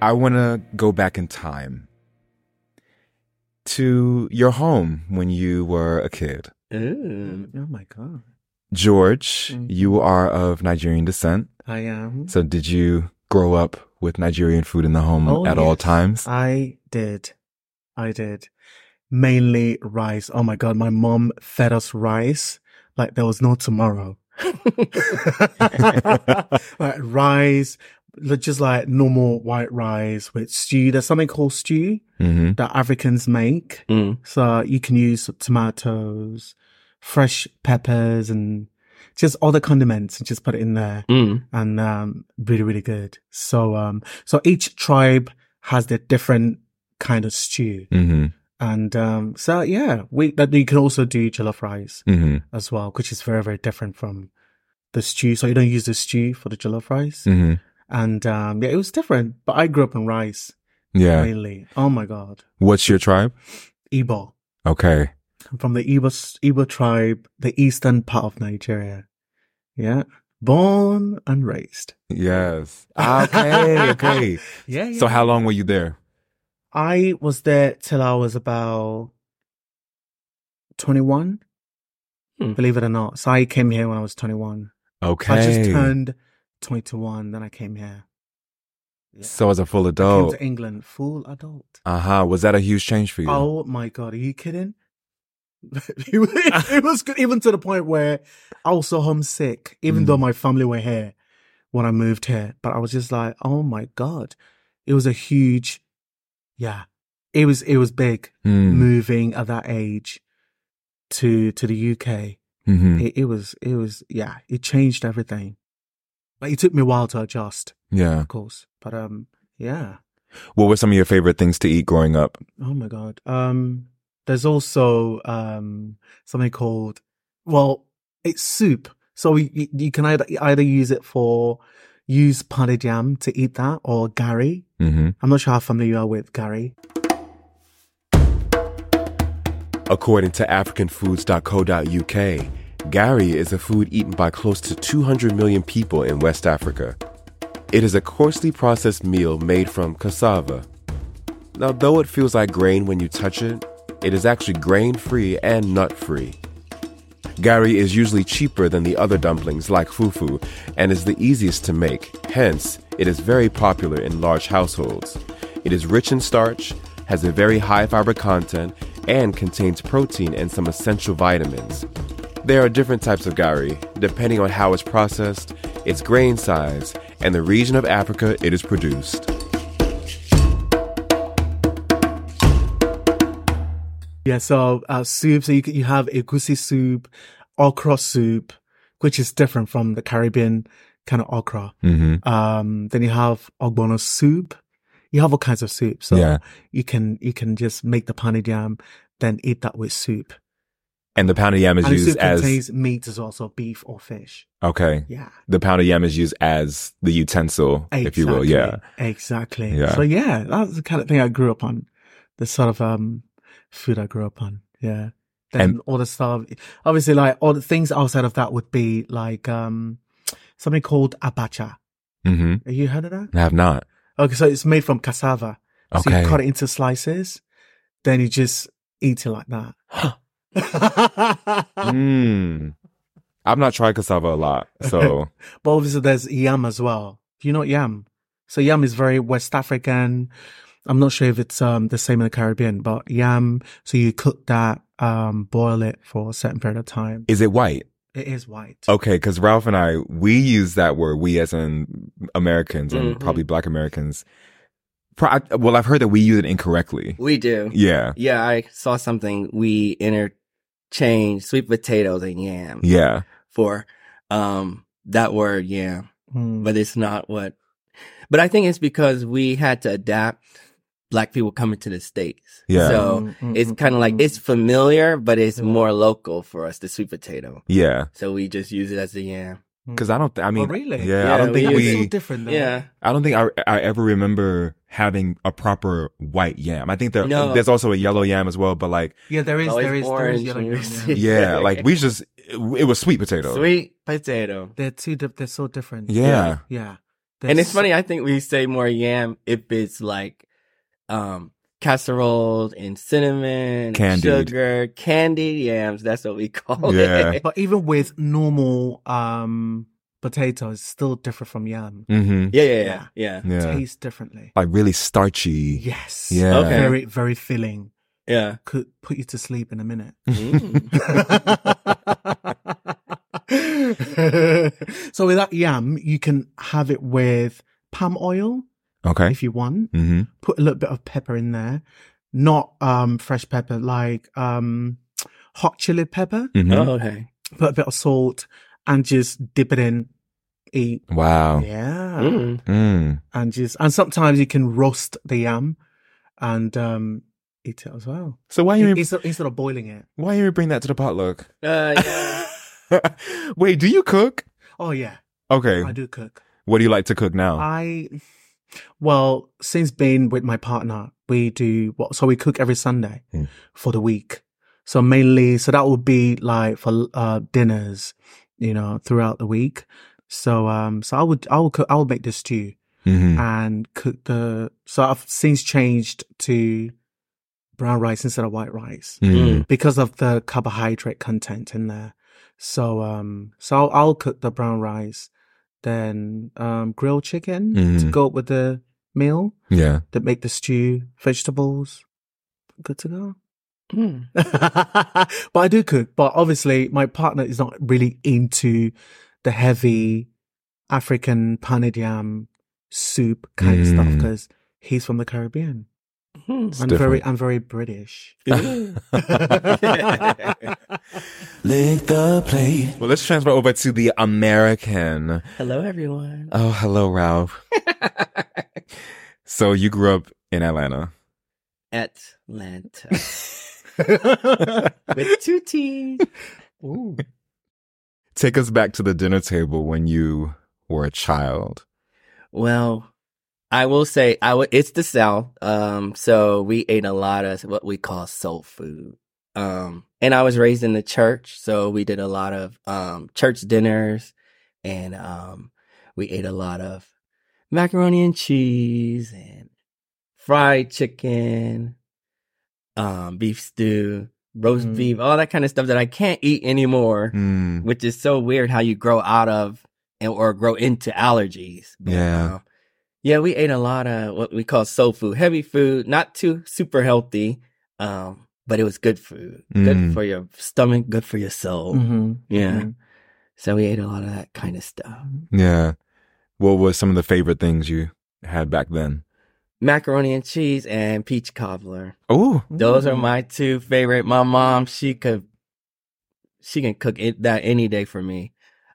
[SPEAKER 5] I want to go back in time to your home when you were a kid.
[SPEAKER 1] Ooh. [laughs]
[SPEAKER 2] Oh my god.
[SPEAKER 5] George,
[SPEAKER 2] Mm.
[SPEAKER 5] you are of Nigerian descent.
[SPEAKER 2] I am.
[SPEAKER 5] So did you grow up with Nigerian food in the home
[SPEAKER 2] Oh,
[SPEAKER 5] at all
[SPEAKER 2] yes.
[SPEAKER 5] times?
[SPEAKER 2] I did. I did. Mainly rice. Oh my god, my mom fed us rice like there was no tomorrow. [laughs] like rice, like, just like normal white rice with stew. There's something called stew
[SPEAKER 5] hmm
[SPEAKER 2] that Africans make.
[SPEAKER 1] Mm.
[SPEAKER 2] So you can use tomatoes, fresh peppers, and just all the condiments and just put it in there.
[SPEAKER 1] Mm.
[SPEAKER 2] And um, really, really good. So, um, so each tribe has their different kind of stew.
[SPEAKER 5] hmm
[SPEAKER 2] And um, so, yeah, we that you can also do jollof rice
[SPEAKER 5] hmm
[SPEAKER 2] as well, which is very, very different from the stew. So you don't use the stew for the jollof rice.
[SPEAKER 5] hmm
[SPEAKER 2] And um, yeah, it was different. But I grew up in rice
[SPEAKER 5] Yeah.
[SPEAKER 2] mainly. Oh my god,
[SPEAKER 5] What's your tribe?
[SPEAKER 2] Igbo.
[SPEAKER 5] Okay.
[SPEAKER 2] I'm from the Igbo, Igbo tribe, the eastern part of Nigeria. Yeah. Born and raised.
[SPEAKER 5] Yes.
[SPEAKER 2] [laughs]
[SPEAKER 5] Okay. Okay.
[SPEAKER 2] Yeah.
[SPEAKER 5] So how long were you there?
[SPEAKER 2] I was there till I was about 21.
[SPEAKER 1] Hmm.
[SPEAKER 2] Believe it or not. So I came here when I was 21.
[SPEAKER 5] Okay.
[SPEAKER 2] I just turned 21, then I came here. Yeah.
[SPEAKER 5] so as a full
[SPEAKER 2] I came
[SPEAKER 5] adult.
[SPEAKER 2] to England, full adult.
[SPEAKER 5] Uh huh. Was that a huge change for you?
[SPEAKER 2] Oh my god, are you kidding? [laughs] it was good, even to the point where I was so homesick, even
[SPEAKER 5] Mm.
[SPEAKER 2] though my family were here when I moved here. But I was just like, oh my god, it was a huge, yeah, it was it was big
[SPEAKER 5] Mm.
[SPEAKER 2] moving at that age to to the UK.
[SPEAKER 5] Mhm.
[SPEAKER 2] It, it was it was yeah, it changed everything. Like it took me a while to adjust,
[SPEAKER 5] Yeah.
[SPEAKER 2] of course, but um, yeah.
[SPEAKER 5] What were some of your favorite things to eat growing up?
[SPEAKER 2] Oh my god. Um there's also um something called well, it's soup. So you, you- you can either either use it for use padi jam to eat that or gari.
[SPEAKER 5] Mm-hmm.
[SPEAKER 2] I'm not sure how familiar you are with gari.
[SPEAKER 4] According to AfricanFoods.co.uk, Gari is a food eaten by close to 200 million people in West Africa. It is a coarsely processed meal made from cassava. Now, though it feels like grain when you touch it, it is actually grain free and nut free. Gari is usually cheaper than the other dumplings like fufu and is the easiest to make, hence, it is very popular in large households. It is rich in starch, has a very high fiber content, and contains protein and some essential vitamins. There are different types of gari, depending on how it's processed, its grain size, and the region of Africa it is produced.
[SPEAKER 2] Yeah, so uh, soup. So you c- you have egusi soup, okra soup, which is different from the Caribbean kind of okra.
[SPEAKER 5] Mm-hmm.
[SPEAKER 2] Um, then you have ogbono soup. You have all kinds of soup. So
[SPEAKER 5] Yeah.
[SPEAKER 2] you can you can just make the pani jam, then eat that with soup.
[SPEAKER 5] And the pound of yam is
[SPEAKER 2] and the
[SPEAKER 5] used
[SPEAKER 2] soup
[SPEAKER 5] as
[SPEAKER 2] contains meat as well, so beef or fish.
[SPEAKER 5] okay.
[SPEAKER 2] Yeah.
[SPEAKER 5] The pound of yam is used as the utensil, if you will. Yeah.
[SPEAKER 2] Exactly, Exactly.
[SPEAKER 5] Yeah.
[SPEAKER 2] So yeah, that's the kind of thing I grew up on. The sort of um food I grew up on. Yeah. Then
[SPEAKER 5] And-
[SPEAKER 2] all the stuff obviously like all the things outside of that would be like um something called abacha.
[SPEAKER 5] Mm-hmm.
[SPEAKER 2] Have you heard of that?
[SPEAKER 5] I have not.
[SPEAKER 2] Okay, so it's made from cassava. So
[SPEAKER 5] Okay.
[SPEAKER 2] you cut it into slices, then you just eat it like [laughs]
[SPEAKER 5] [gasps]
[SPEAKER 2] that.
[SPEAKER 5] Mm. I've not tried cassava a lot, so
[SPEAKER 2] But obviously, there's yam as well. Do you know yam? So yam is very West African. I'm not sure if it's um, the same in the Caribbean, but yam. So you cook that, um, boil it for a certain period of time.
[SPEAKER 5] is it white?
[SPEAKER 2] It is white.
[SPEAKER 5] Okay, because Ralph and I, we use that word, we as in Americans and
[SPEAKER 1] Mhm.
[SPEAKER 5] probably black Americans. Pro- I- well, I've heard that we use it incorrectly.
[SPEAKER 1] We do.
[SPEAKER 5] Yeah.
[SPEAKER 1] Yeah, I saw something. We interchange sweet potatoes and yam
[SPEAKER 5] Yeah.
[SPEAKER 1] for um that word yam,
[SPEAKER 2] Mm.
[SPEAKER 1] but it's not what. But I think it's because we had to adapt. Black people coming to the states,
[SPEAKER 5] Yeah.
[SPEAKER 1] So
[SPEAKER 2] Mm, mm,
[SPEAKER 1] it's
[SPEAKER 2] mm,
[SPEAKER 1] kind of like
[SPEAKER 2] mm.
[SPEAKER 1] it's familiar, but it's more local for us. The sweet potato,
[SPEAKER 5] Yeah.
[SPEAKER 1] so we just use it as the yam.
[SPEAKER 5] Because I don't, th- I mean,
[SPEAKER 2] Oh, really?
[SPEAKER 5] Yeah,
[SPEAKER 1] Yeah,
[SPEAKER 5] I don't
[SPEAKER 1] we
[SPEAKER 5] think
[SPEAKER 1] use
[SPEAKER 5] we,
[SPEAKER 2] It's so different. Though.
[SPEAKER 1] Yeah,
[SPEAKER 5] I don't think I, I ever remember having a proper white yam. I think there,
[SPEAKER 1] No.
[SPEAKER 5] there's also a yellow yam as well, but
[SPEAKER 2] [laughs]
[SPEAKER 5] like,
[SPEAKER 2] yeah. There is,
[SPEAKER 1] Always
[SPEAKER 2] there is, there is
[SPEAKER 1] orange
[SPEAKER 2] yellow
[SPEAKER 1] when you
[SPEAKER 2] yam,
[SPEAKER 1] see
[SPEAKER 2] yeah.
[SPEAKER 1] it.
[SPEAKER 5] yeah, like we just, it, it was sweet potato.
[SPEAKER 1] sweet potato.
[SPEAKER 2] They're two. Di- they're so different.
[SPEAKER 5] Yeah.
[SPEAKER 2] yeah.
[SPEAKER 1] And it's
[SPEAKER 2] There's-
[SPEAKER 1] funny. I think we say more yam if it's like um casseroles and cinnamon,
[SPEAKER 5] Candied.
[SPEAKER 1] sugar, candied yams. That's what we [laughs] call
[SPEAKER 5] Yeah.
[SPEAKER 1] it.
[SPEAKER 2] But even with normal um potatoes, it's still different from yam.
[SPEAKER 5] Mm-hmm.
[SPEAKER 1] Yeah, yeah, yeah, yeah,
[SPEAKER 5] Yeah.
[SPEAKER 2] Tastes differently.
[SPEAKER 5] Like really starchy.
[SPEAKER 2] Yes.
[SPEAKER 5] Yeah.
[SPEAKER 1] Okay.
[SPEAKER 2] Very, very filling.
[SPEAKER 1] yeah.
[SPEAKER 2] Could put you to sleep in a minute. [laughs]
[SPEAKER 5] Mm-hmm.
[SPEAKER 1] Mm.
[SPEAKER 2] so with that yam, you can have it with palm oil
[SPEAKER 5] Okay.
[SPEAKER 2] if you want.
[SPEAKER 5] Mm-hmm.
[SPEAKER 2] Put a little bit of pepper in there. Not um fresh pepper, like um hot chili pepper.
[SPEAKER 5] Mm-hmm.
[SPEAKER 1] Oh, okay.
[SPEAKER 2] Put a bit of salt and just dip it in. Eat.
[SPEAKER 5] Wow. Ah.
[SPEAKER 2] Yeah.
[SPEAKER 1] Mm.
[SPEAKER 5] Mm.
[SPEAKER 2] and just and sometimes you can roast the yam and um eat it as well
[SPEAKER 5] So why you
[SPEAKER 2] instead, instead of boiling it
[SPEAKER 5] why you bring that to
[SPEAKER 2] [laughs]
[SPEAKER 5] the potluck?
[SPEAKER 1] Uh, yeah.
[SPEAKER 5] Wait, do you cook?
[SPEAKER 2] oh yeah
[SPEAKER 5] Okay.
[SPEAKER 2] i do cook
[SPEAKER 5] What do you like to cook now?
[SPEAKER 2] i well since being with my partner we do what so we cook every sunday
[SPEAKER 5] Hmm.
[SPEAKER 2] for the week so mainly so that would be like for uh dinners you know throughout the week so um so i would i would cook i would make the stew
[SPEAKER 5] Mm-hmm.
[SPEAKER 2] and cook the so i've since changed to brown rice instead of white rice
[SPEAKER 5] Mm-hmm.
[SPEAKER 1] Mm.
[SPEAKER 2] because of the carbohydrate content in there. So um, so I'll, I'll cook the brown rice, then um, grilled chicken to
[SPEAKER 5] Mhm.
[SPEAKER 2] go with the meal
[SPEAKER 5] Yeah.
[SPEAKER 2] that make the stew, vegetables. Good to go. [laughs]
[SPEAKER 1] Mm.
[SPEAKER 2] but I do cook. But obviously, my partner is not really into the heavy African panid yam soup kind of stuff
[SPEAKER 5] Mm.
[SPEAKER 2] because he's from the Caribbean.
[SPEAKER 1] Mm.
[SPEAKER 2] I'm very, I'm very British. [laughs]
[SPEAKER 3] Lick the plate.
[SPEAKER 5] [laughs] Well, let's transfer over to the American.
[SPEAKER 1] Hello, [laughs] everyone.
[SPEAKER 5] Oh, hello, Ralph. so you grew up in Atlanta.
[SPEAKER 1] Atlanta with two T's. Ooh.
[SPEAKER 5] Take us back to the dinner table when you were a child.
[SPEAKER 1] Well, I will say I would. It's the South, um, so we ate a lot of what we call soul food. Um, and I was raised in the church, so we did a lot of um, church dinners, and um, we ate a lot of macaroni and cheese and fried chicken, um, beef stew, roast
[SPEAKER 2] Mm.
[SPEAKER 1] beef, all that kind of stuff that I can't eat anymore
[SPEAKER 5] Mm.
[SPEAKER 1] which is so weird how you grow out of and or grow into allergies. But,
[SPEAKER 5] Yeah.
[SPEAKER 1] uh, yeah, we ate a lot of what we call soul food, heavy food, not too super healthy, um, but it was good food,
[SPEAKER 5] Mm.
[SPEAKER 1] good for your stomach, good for your soul.
[SPEAKER 2] Mhm.
[SPEAKER 1] Yeah.
[SPEAKER 2] Mhm.
[SPEAKER 1] So we ate a lot of that kind of stuff.
[SPEAKER 5] Mm. Yeah. What were some of the favorite things you had back then?
[SPEAKER 1] Macaroni and cheese and peach cobbler.
[SPEAKER 5] Oh,
[SPEAKER 1] Those are my two favorite. My mom, she could, she can cook it, that any day for me.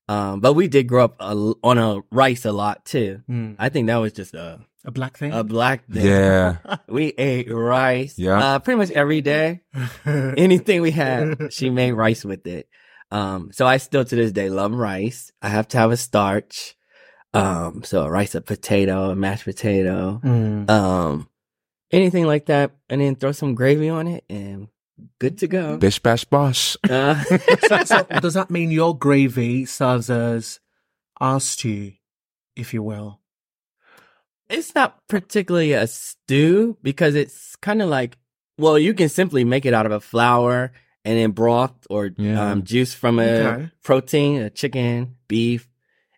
[SPEAKER 1] Um, but we did grow up a, on a rice a lot too.
[SPEAKER 2] Mm.
[SPEAKER 1] I think that was just a
[SPEAKER 2] a black thing.
[SPEAKER 1] a
[SPEAKER 2] [laughs]
[SPEAKER 1] black day.
[SPEAKER 5] Yeah.
[SPEAKER 1] We ate rice.
[SPEAKER 5] Yeah.
[SPEAKER 1] Uh, pretty much every day. [laughs] Anything we
[SPEAKER 5] [laughs]
[SPEAKER 1] had, she made rice with it. Um, so I still to this day love rice. I have to have a starch. Um, so a rice, a potato, a mashed potato,
[SPEAKER 2] Mm.
[SPEAKER 1] um, anything like that. And then throw some gravy on it and good to go.
[SPEAKER 5] Bish bash bosh.
[SPEAKER 1] Uh, [laughs]
[SPEAKER 2] so, so does that mean your gravy serves as our stew, if you will?
[SPEAKER 1] it's not particularly a stew because it's kind of like well you can simply make it out of a flour and then broth or
[SPEAKER 5] Yeah.
[SPEAKER 1] um, juice from a
[SPEAKER 2] Okay.
[SPEAKER 1] protein a chicken beef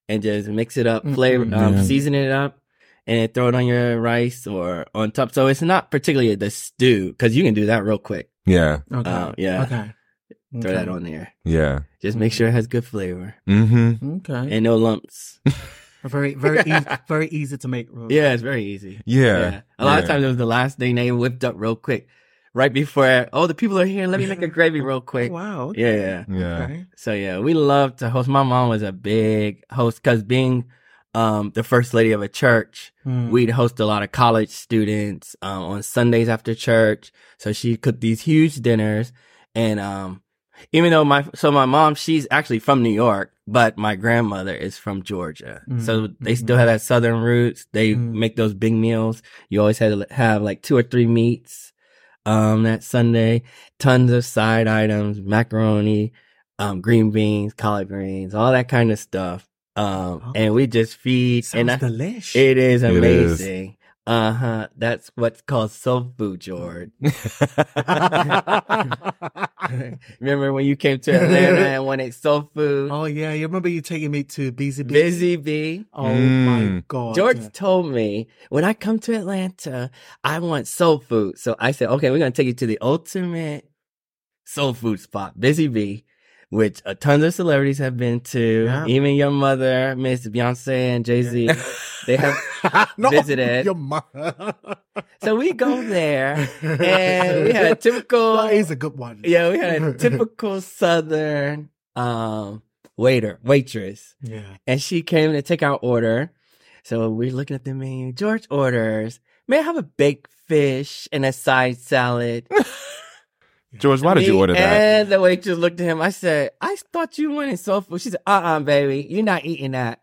[SPEAKER 1] and just mix it up
[SPEAKER 2] Mhm.
[SPEAKER 1] flavor um,
[SPEAKER 5] Yeah.
[SPEAKER 1] season it up and then throw it on your rice or on top so it's not particularly the stew because you can do that real quick
[SPEAKER 5] Yeah.
[SPEAKER 2] Okay.
[SPEAKER 1] Oh, yeah.
[SPEAKER 2] Okay.
[SPEAKER 1] throw
[SPEAKER 2] okay.
[SPEAKER 1] that on there
[SPEAKER 5] Yeah.
[SPEAKER 1] just make sure it has good flavor
[SPEAKER 5] Mm-hmm.
[SPEAKER 2] Okay.
[SPEAKER 1] and no
[SPEAKER 5] [laughs]
[SPEAKER 1] lumps
[SPEAKER 2] very, very, easy,
[SPEAKER 1] [laughs]
[SPEAKER 2] very easy to make.
[SPEAKER 1] yeah it's very easy
[SPEAKER 5] Yeah.
[SPEAKER 1] Yeah. A lot of
[SPEAKER 5] Yeah.
[SPEAKER 1] times it was the last thing they whipped up real quick. Right before, oh, the people are here. Let me make a
[SPEAKER 5] [laughs]
[SPEAKER 1] gravy real quick.
[SPEAKER 2] Oh,
[SPEAKER 5] Oh,
[SPEAKER 2] Wow.
[SPEAKER 1] Yeah, yeah.
[SPEAKER 5] Yeah.
[SPEAKER 2] Okay.
[SPEAKER 1] So yeah, we love to host. My mom was a big host because being, um, the first lady of a church,
[SPEAKER 2] Mm.
[SPEAKER 1] we'd host a lot of college students, um, on Sundays after church. So she cooked these huge dinners and, um, even though my, so my mom, she's actually from New York, but my grandmother is from Georgia.
[SPEAKER 2] Mm,
[SPEAKER 1] So they
[SPEAKER 2] mhm.
[SPEAKER 1] still have that southern roots. They
[SPEAKER 2] Mm.
[SPEAKER 1] make those big meals. You always had to have like two or three meats, um, that Sunday, tons of side items, macaroni, um, green beans, collard greens, all that kind of stuff. Um,
[SPEAKER 2] Oh.
[SPEAKER 1] and we just feed
[SPEAKER 2] Sounds
[SPEAKER 1] and I-
[SPEAKER 2] delish.
[SPEAKER 1] it is
[SPEAKER 5] It is.
[SPEAKER 1] amazing. Uh huh. That's what's called soul food, George. [laughs] Remember when you came to Atlanta and wanted soul food?
[SPEAKER 2] [laughs] oh yeah, you remember you taking me to Busy Bee?
[SPEAKER 1] Busy Bee.
[SPEAKER 2] Oh my
[SPEAKER 5] Mm.
[SPEAKER 2] god.
[SPEAKER 1] George told me when I come to Atlanta, I want soul food. So I said, okay, we're gonna take you to the ultimate soul food spot, Busy Bee, which a tons of celebrities have been to.
[SPEAKER 2] Yeah.
[SPEAKER 1] Even your mother, Miss Beyonce and Jay
[SPEAKER 2] [laughs]
[SPEAKER 1] Z, they have
[SPEAKER 2] Not
[SPEAKER 1] visited.
[SPEAKER 2] Your mother.
[SPEAKER 1] So we go
[SPEAKER 2] [laughs]
[SPEAKER 1] there and we had a typical
[SPEAKER 2] That is a good one.
[SPEAKER 1] yeah, we had a
[SPEAKER 2] [laughs]
[SPEAKER 1] typical southern um waiter, waitress.
[SPEAKER 2] Yeah.
[SPEAKER 1] And she came to take our order. So we're looking at the menu. George orders, may I have a baked fish and a side
[SPEAKER 2] [laughs]
[SPEAKER 1] salad?
[SPEAKER 5] George, why did you
[SPEAKER 1] Me
[SPEAKER 5] order that?
[SPEAKER 1] And the waitress looked at him. I said, I thought you wanted soul food. She said, uh uh baby, you're not eating that.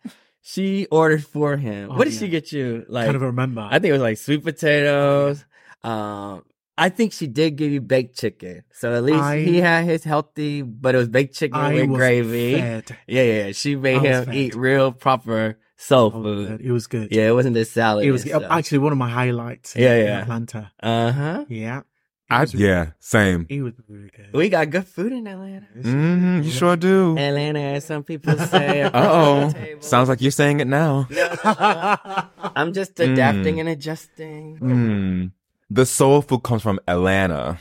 [SPEAKER 1] She ordered for him.
[SPEAKER 2] Oh,
[SPEAKER 1] what did
[SPEAKER 2] yeah.
[SPEAKER 1] she get you? Like
[SPEAKER 2] kind of remember.
[SPEAKER 1] I think it was like sweet potatoes. Um, I think she did give you baked chicken, so at least
[SPEAKER 2] I-
[SPEAKER 1] he had his healthy, but it was baked chicken
[SPEAKER 2] I
[SPEAKER 1] with
[SPEAKER 2] was
[SPEAKER 1] gravy.
[SPEAKER 2] fed.
[SPEAKER 1] Yeah, yeah. She made
[SPEAKER 2] I was
[SPEAKER 1] him
[SPEAKER 2] fed.
[SPEAKER 1] eat real proper soul
[SPEAKER 2] I was fed.
[SPEAKER 1] food.
[SPEAKER 2] It was good.
[SPEAKER 1] Yeah, it wasn't this salad.
[SPEAKER 2] It was actually one of my highlights. in-
[SPEAKER 1] Yeah,
[SPEAKER 2] in
[SPEAKER 1] yeah.
[SPEAKER 2] Atlanta.
[SPEAKER 1] Uh huh.
[SPEAKER 2] Yeah.
[SPEAKER 5] [laughs] I,
[SPEAKER 2] was-
[SPEAKER 5] yeah, same.
[SPEAKER 2] It was really good.
[SPEAKER 1] We Mm. got good food in
[SPEAKER 2] [laughs]
[SPEAKER 1] Atlanta.
[SPEAKER 5] Mm-hmm, you sure do.
[SPEAKER 1] Atlanta, as some people say. across the
[SPEAKER 5] Uh oh.
[SPEAKER 1] table.
[SPEAKER 5] Sounds like you're saying it now.
[SPEAKER 1] I'm just
[SPEAKER 2] Mm.
[SPEAKER 1] adapting and adjusting.
[SPEAKER 5] Mm. The soul food comes from Atlanta.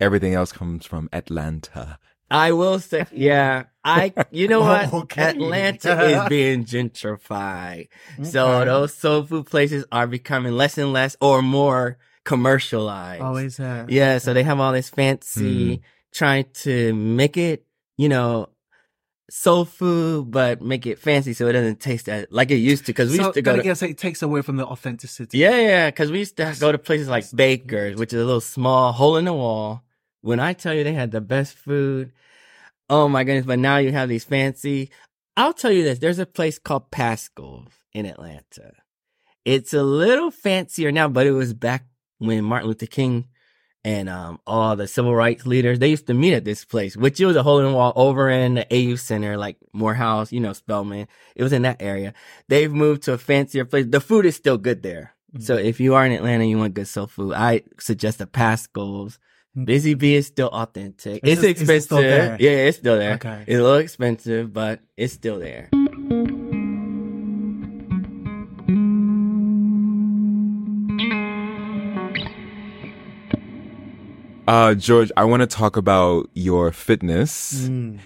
[SPEAKER 5] Everything else comes from Atlanta.
[SPEAKER 1] I will say, yeah, I,
[SPEAKER 2] [laughs]
[SPEAKER 1] you know what?
[SPEAKER 2] Okay.
[SPEAKER 1] Atlanta is being gentrified. So those soul food places are becoming less and less or more commercialized.
[SPEAKER 2] Always Hmm. uh,
[SPEAKER 1] Yeah. So they have all this fancy trying to make it, you know, soul food, but make it fancy so it doesn't taste that like it used to. Cause we
[SPEAKER 2] so,
[SPEAKER 1] used to go
[SPEAKER 2] I
[SPEAKER 1] to,
[SPEAKER 2] guess it takes away from the authenticity.
[SPEAKER 1] yeah, yeah. Cause we used to go to places like Baker's, which is a little small hole in the wall. When I tell you they had the best food, oh my goodness. But now you have these fancy. I'll tell you this. There's a place called Pascal's in Atlanta. It's a little fancier now, but it was back when Martin Luther King and um, all the civil rights leaders, they used to meet at this place, which it was a hole in the wall over in the AU Center, like Morehouse, you know, Spelman. It was in that area. They've moved to a fancier place. The food is still good there. So
[SPEAKER 2] Mm-hmm.
[SPEAKER 1] if you are in Atlanta and you want good soul food, I suggest the Pascal's. Busy Bee is still authentic.
[SPEAKER 2] Mm-hmm. Is
[SPEAKER 1] It's,
[SPEAKER 2] it- is
[SPEAKER 1] expensive.
[SPEAKER 2] it still there?
[SPEAKER 1] Yeah, it's still there.
[SPEAKER 2] Okay.
[SPEAKER 1] It's a little expensive, but it's still there.
[SPEAKER 5] Uh, George, I want to talk about your fitness
[SPEAKER 2] Mm.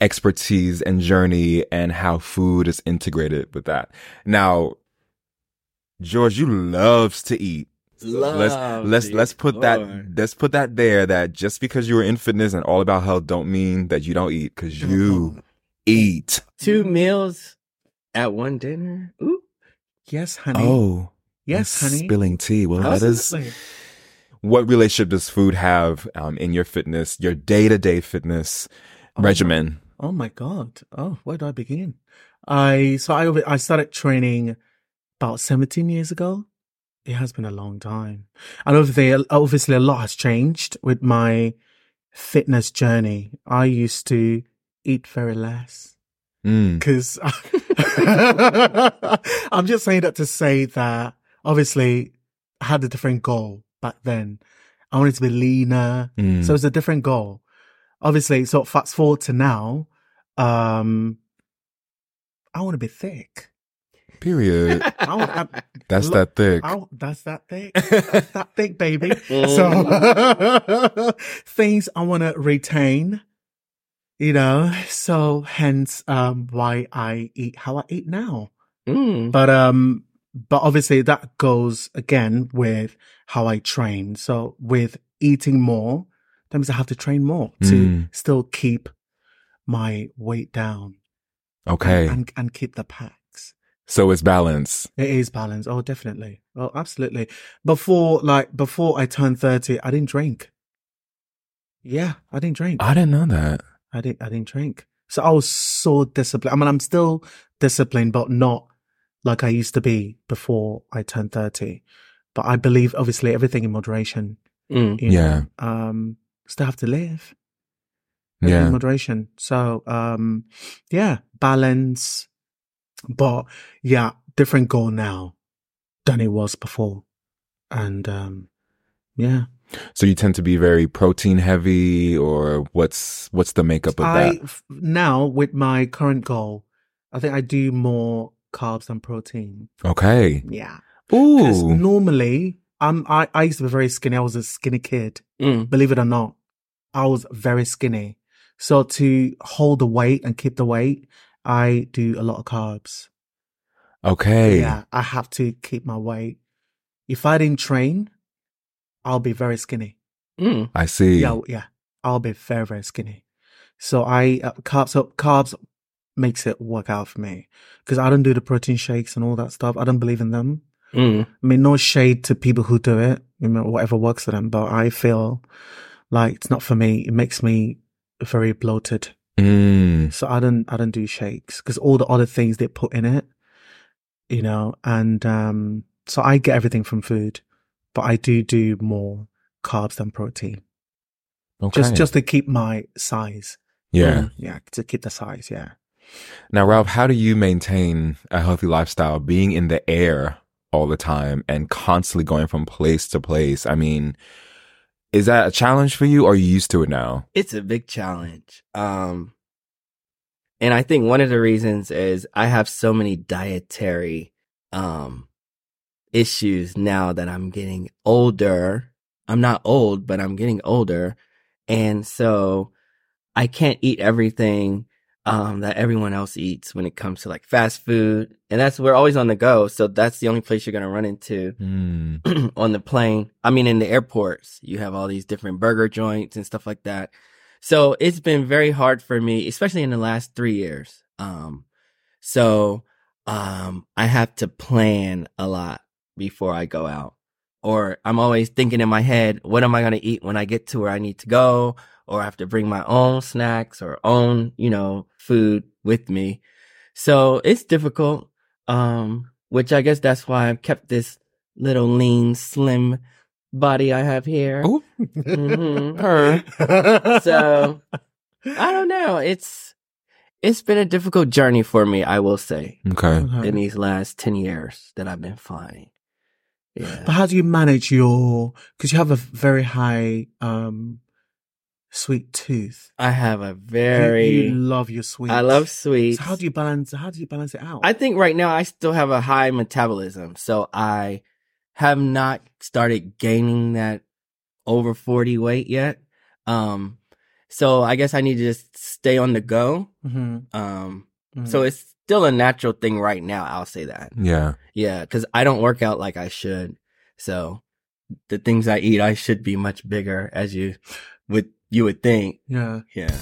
[SPEAKER 5] expertise and journey and how food is integrated with that. Now, George, you loves to eat.
[SPEAKER 1] Love,
[SPEAKER 5] let's let's
[SPEAKER 1] dude.
[SPEAKER 5] let's put
[SPEAKER 1] Lord.
[SPEAKER 5] that let's put that there that just because you were in fitness and all about health don't mean that you don't eat
[SPEAKER 2] [laughs]
[SPEAKER 5] because you eat.
[SPEAKER 1] two meals at one dinner. Ooh.
[SPEAKER 2] Yes, honey.
[SPEAKER 5] Oh.
[SPEAKER 2] Yes,
[SPEAKER 5] I'm
[SPEAKER 2] honey.
[SPEAKER 5] Spilling tea. Well, that is
[SPEAKER 2] Absolutely.
[SPEAKER 5] what relationship does food have um, in your fitness, your day to day fitness
[SPEAKER 2] Oh.
[SPEAKER 5] regimen?
[SPEAKER 2] Oh my god. Oh, where do I begin? I so I over- I started training about 17 years ago. It has been a long time. And over there obviously a lot has changed with my fitness journey. I used to eat very less
[SPEAKER 5] Mm.
[SPEAKER 2] because [laughs] I'm just saying that to say that obviously I had a different goal back then. I wanted to be leaner.
[SPEAKER 5] Mm.
[SPEAKER 2] So it's a different goal. Obviously, so fast forward to now, um, I want to be thick. [laughs]
[SPEAKER 5] Period.
[SPEAKER 2] I want, I,
[SPEAKER 5] That's
[SPEAKER 2] Look,
[SPEAKER 5] that thick.
[SPEAKER 2] I, that's that
[SPEAKER 1] [laughs]
[SPEAKER 2] thick. That's that thick, baby. so [laughs] things I want to retain, you know. So hence, um, why I eat how I eat now.
[SPEAKER 1] Mm.
[SPEAKER 2] But um, but obviously that goes again with how I train. So with eating more, that means I have to train more to
[SPEAKER 5] Mm.
[SPEAKER 2] still keep my weight down
[SPEAKER 5] Okay.
[SPEAKER 2] and and keep the packs.
[SPEAKER 5] So it's balance.
[SPEAKER 2] It is balance. Oh, definitely. Oh, absolutely. Before, like, before I turned 30, I didn't drink. Yeah, I didn't drink.
[SPEAKER 5] I didn't know that.
[SPEAKER 2] I didn't, I didn't drink. So I was so disciplined. I mean, I'm still disciplined, but not like I used to be before I turned 30. But I believe, obviously, everything in moderation.
[SPEAKER 1] Mm.
[SPEAKER 2] you know.
[SPEAKER 5] Yeah.
[SPEAKER 2] Um, still have to live yeah.
[SPEAKER 5] Yeah.
[SPEAKER 2] in moderation. So, um, yeah, balance, but yeah, different goal now than it was before. And, um, yeah,
[SPEAKER 5] So you tend to be very protein heavy or what's what's the makeup of
[SPEAKER 2] I
[SPEAKER 5] that?
[SPEAKER 2] f- now with my current goal, I think I do more carbs than protein.
[SPEAKER 5] Okay.
[SPEAKER 2] Yeah. 'Cause
[SPEAKER 5] Ooh.
[SPEAKER 2] normally I'm, I, I used to be very skinny. I was a skinny kid.
[SPEAKER 1] Mm.
[SPEAKER 2] believe it or not, I was very skinny. So to hold the weight and keep the weight, I do a lot of carbs.
[SPEAKER 5] Okay.
[SPEAKER 2] Yeah, I have to keep my weight. If I didn't train, I'll be very skinny.
[SPEAKER 1] Mm.
[SPEAKER 5] I see.
[SPEAKER 2] Yeah, yeah, I'll be very very skinny. So I uh, carbs so carbs makes it work out for me because I don't do the protein shakes and all that stuff. I don't believe in them.
[SPEAKER 1] Mm.
[SPEAKER 2] I mean, no shade to people who do it, you know, whatever works for them, but I feel like it's not for me. It makes me very bloated.
[SPEAKER 5] Mm.
[SPEAKER 2] So I don't, I don't do shakes because all the other things they put in it, you know, and, um, so I get everything from food, but I do do more carbs than protein
[SPEAKER 5] Okay.
[SPEAKER 2] just, mm. just to keep my size. Mm-hmm.
[SPEAKER 5] yeah.
[SPEAKER 2] Yeah. To keep the size. Yeah.
[SPEAKER 5] Now, Ralph, how do you maintain a healthy lifestyle being in the air all the time and constantly going from place to place? I mean, is that a challenge for you or are you used to it now?
[SPEAKER 1] It's a big challenge. Um, and I think one of the reasons is I have so many dietary um issues now that I'm getting older. I'm not old, but I'm getting older, and so I can't eat everything um that everyone else eats when it comes to like fast food, and that's we're always on the go, so that's the only place you're gonna run into.
[SPEAKER 5] Mm.
[SPEAKER 1] [clears throat] on the plane. I mean, in the airports, you have all these different burger joints and stuff like that. So it's been very hard for me, especially in the last three years. Um, so, um, I have to plan a lot before I go out or I'm always thinking in my head, what am I going to eat when I get to where I need to go? Or I have to bring my own snacks or own, you know, food with me. So it's difficult. Um, which I guess that's why I've kept this little lean, slim body I have here.
[SPEAKER 2] [laughs]
[SPEAKER 5] Ooh. [laughs]
[SPEAKER 1] Mhm.
[SPEAKER 5] Her.
[SPEAKER 1] So I don't know. It's, it's been a difficult journey for me, I will say,
[SPEAKER 5] Okay.
[SPEAKER 1] in these last 10 years that I've been flying.
[SPEAKER 2] But
[SPEAKER 1] Yeah.
[SPEAKER 2] how do you manage your? Because you have a very high um sweet tooth.
[SPEAKER 1] I have a
[SPEAKER 2] You-
[SPEAKER 1] very.
[SPEAKER 2] You, love your sweets.
[SPEAKER 1] I love sweets.
[SPEAKER 2] So how do you balance? How do you balance it out?
[SPEAKER 1] I think right now I still have a high metabolism, so I have not started gaining that over 40 weight yet. Um so I guess I need to just stay on the go.
[SPEAKER 2] hmm
[SPEAKER 1] Um so
[SPEAKER 2] Mm-hmm.
[SPEAKER 1] it's still a natural thing right now, I'll say that.
[SPEAKER 5] Yeah.
[SPEAKER 1] Yeah, cuz I don't work out like I should. So the things I eat I should be much bigger as you would you would think.
[SPEAKER 2] yeah.
[SPEAKER 1] Yeah.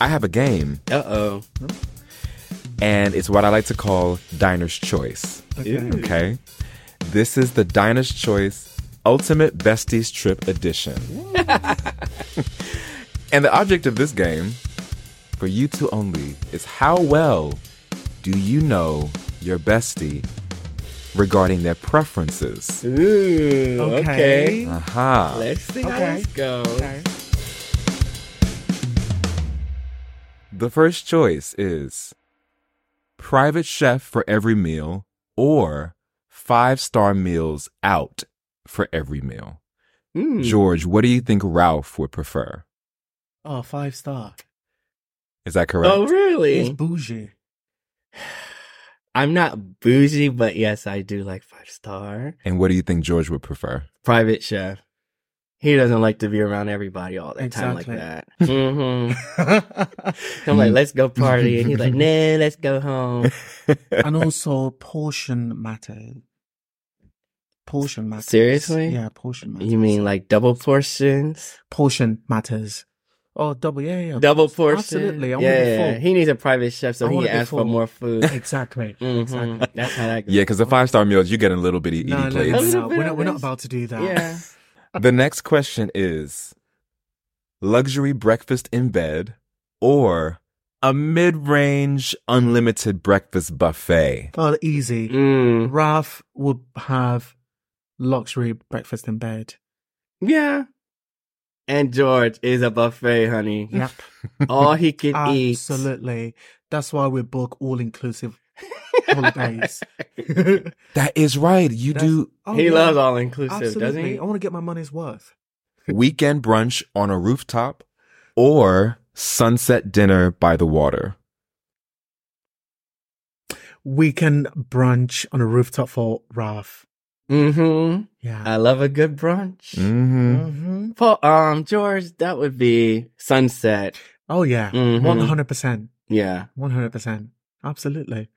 [SPEAKER 5] I have a game.
[SPEAKER 1] Uh-oh.
[SPEAKER 5] and it's what I like to call Diner's Choice.
[SPEAKER 2] Okay.
[SPEAKER 5] Okay. This is the Diner's Choice Ultimate Besties Trip Edition. and the object of this game, for you two only, is how well do you know your bestie regarding their preferences?
[SPEAKER 1] Ooh, okay.
[SPEAKER 2] Okay.
[SPEAKER 5] Aha.
[SPEAKER 1] Let's see how
[SPEAKER 2] Okay.
[SPEAKER 1] this goes.
[SPEAKER 2] Okay.
[SPEAKER 5] The first choice is private chef for every meal or five star meals out for every meal.
[SPEAKER 2] Hmm.
[SPEAKER 1] Mm.
[SPEAKER 5] George, what do you think Ralph would prefer?
[SPEAKER 2] Oh, five star.
[SPEAKER 5] Is that correct?
[SPEAKER 1] Oh,
[SPEAKER 2] It's
[SPEAKER 1] really?
[SPEAKER 2] bougie.
[SPEAKER 1] I'm not bougie, but yes, I do like five star.
[SPEAKER 5] And what do you think George would prefer? [laughs]
[SPEAKER 1] Private chef. He doesn't like to be around everybody all the
[SPEAKER 2] Exactly.
[SPEAKER 1] time like that. hmm
[SPEAKER 2] and
[SPEAKER 1] I'm like, let's go party. And he's like, nah, let's go home.
[SPEAKER 2] also, portion matters. Portion matters.
[SPEAKER 1] Seriously?
[SPEAKER 2] Yeah, portion matters.
[SPEAKER 1] You mean like double portions?
[SPEAKER 2] portion matters? Oh, double. Yeah, yeah.
[SPEAKER 1] Double portions?
[SPEAKER 2] Absolutely. I want
[SPEAKER 1] yeah,
[SPEAKER 2] it full.
[SPEAKER 1] He needs a private chef, so
[SPEAKER 2] I
[SPEAKER 1] he
[SPEAKER 2] want
[SPEAKER 1] can
[SPEAKER 2] it
[SPEAKER 1] ask for
[SPEAKER 2] full.
[SPEAKER 1] more food.
[SPEAKER 2] Exactly.
[SPEAKER 1] Mhm.
[SPEAKER 2] Exactly.
[SPEAKER 1] That's how that goes.
[SPEAKER 5] yeah, because the five star meals, you get in little bitty [laughs] eating
[SPEAKER 2] No, no,
[SPEAKER 5] plates.
[SPEAKER 2] no, [laughs]
[SPEAKER 1] A little
[SPEAKER 2] no.
[SPEAKER 1] bit
[SPEAKER 2] We're
[SPEAKER 1] of
[SPEAKER 2] not, we're not
[SPEAKER 1] this.
[SPEAKER 2] about to do that. [laughs]
[SPEAKER 1] Yeah.
[SPEAKER 5] The next question is luxury breakfast in bed or a mid range unlimited breakfast buffet?
[SPEAKER 2] Oh, easy.
[SPEAKER 1] Mm.
[SPEAKER 2] Ralph would have luxury breakfast in
[SPEAKER 5] [laughs]
[SPEAKER 2] bed.
[SPEAKER 1] Yeah. And George is a buffet, honey.
[SPEAKER 2] [laughs] Yep.
[SPEAKER 1] All he can eat.
[SPEAKER 2] Absolutely. That's why we book all inclusive
[SPEAKER 1] [laughs]
[SPEAKER 5] [laughs]
[SPEAKER 2] holidays.
[SPEAKER 5] That is right. You
[SPEAKER 2] That's-
[SPEAKER 5] do
[SPEAKER 2] Oh,
[SPEAKER 1] he
[SPEAKER 2] yeah.
[SPEAKER 1] loves all inclusive, doesn't
[SPEAKER 2] Absolutely. Oh.
[SPEAKER 1] he?
[SPEAKER 2] I want to get my money's worth.
[SPEAKER 5] weekend brunch on a rooftop or sunset dinner by the water.
[SPEAKER 2] Weekend brunch on a rooftop for Ralph.
[SPEAKER 1] Mm-hmm.
[SPEAKER 2] Yeah.
[SPEAKER 1] I love a good brunch.
[SPEAKER 5] Mm-hmm.
[SPEAKER 2] hmm
[SPEAKER 1] Paul, um, George, that would be sunset.
[SPEAKER 2] Oh, yeah.
[SPEAKER 1] Mhm.
[SPEAKER 2] 100%.
[SPEAKER 1] Yeah.
[SPEAKER 2] 100%. Absolutely.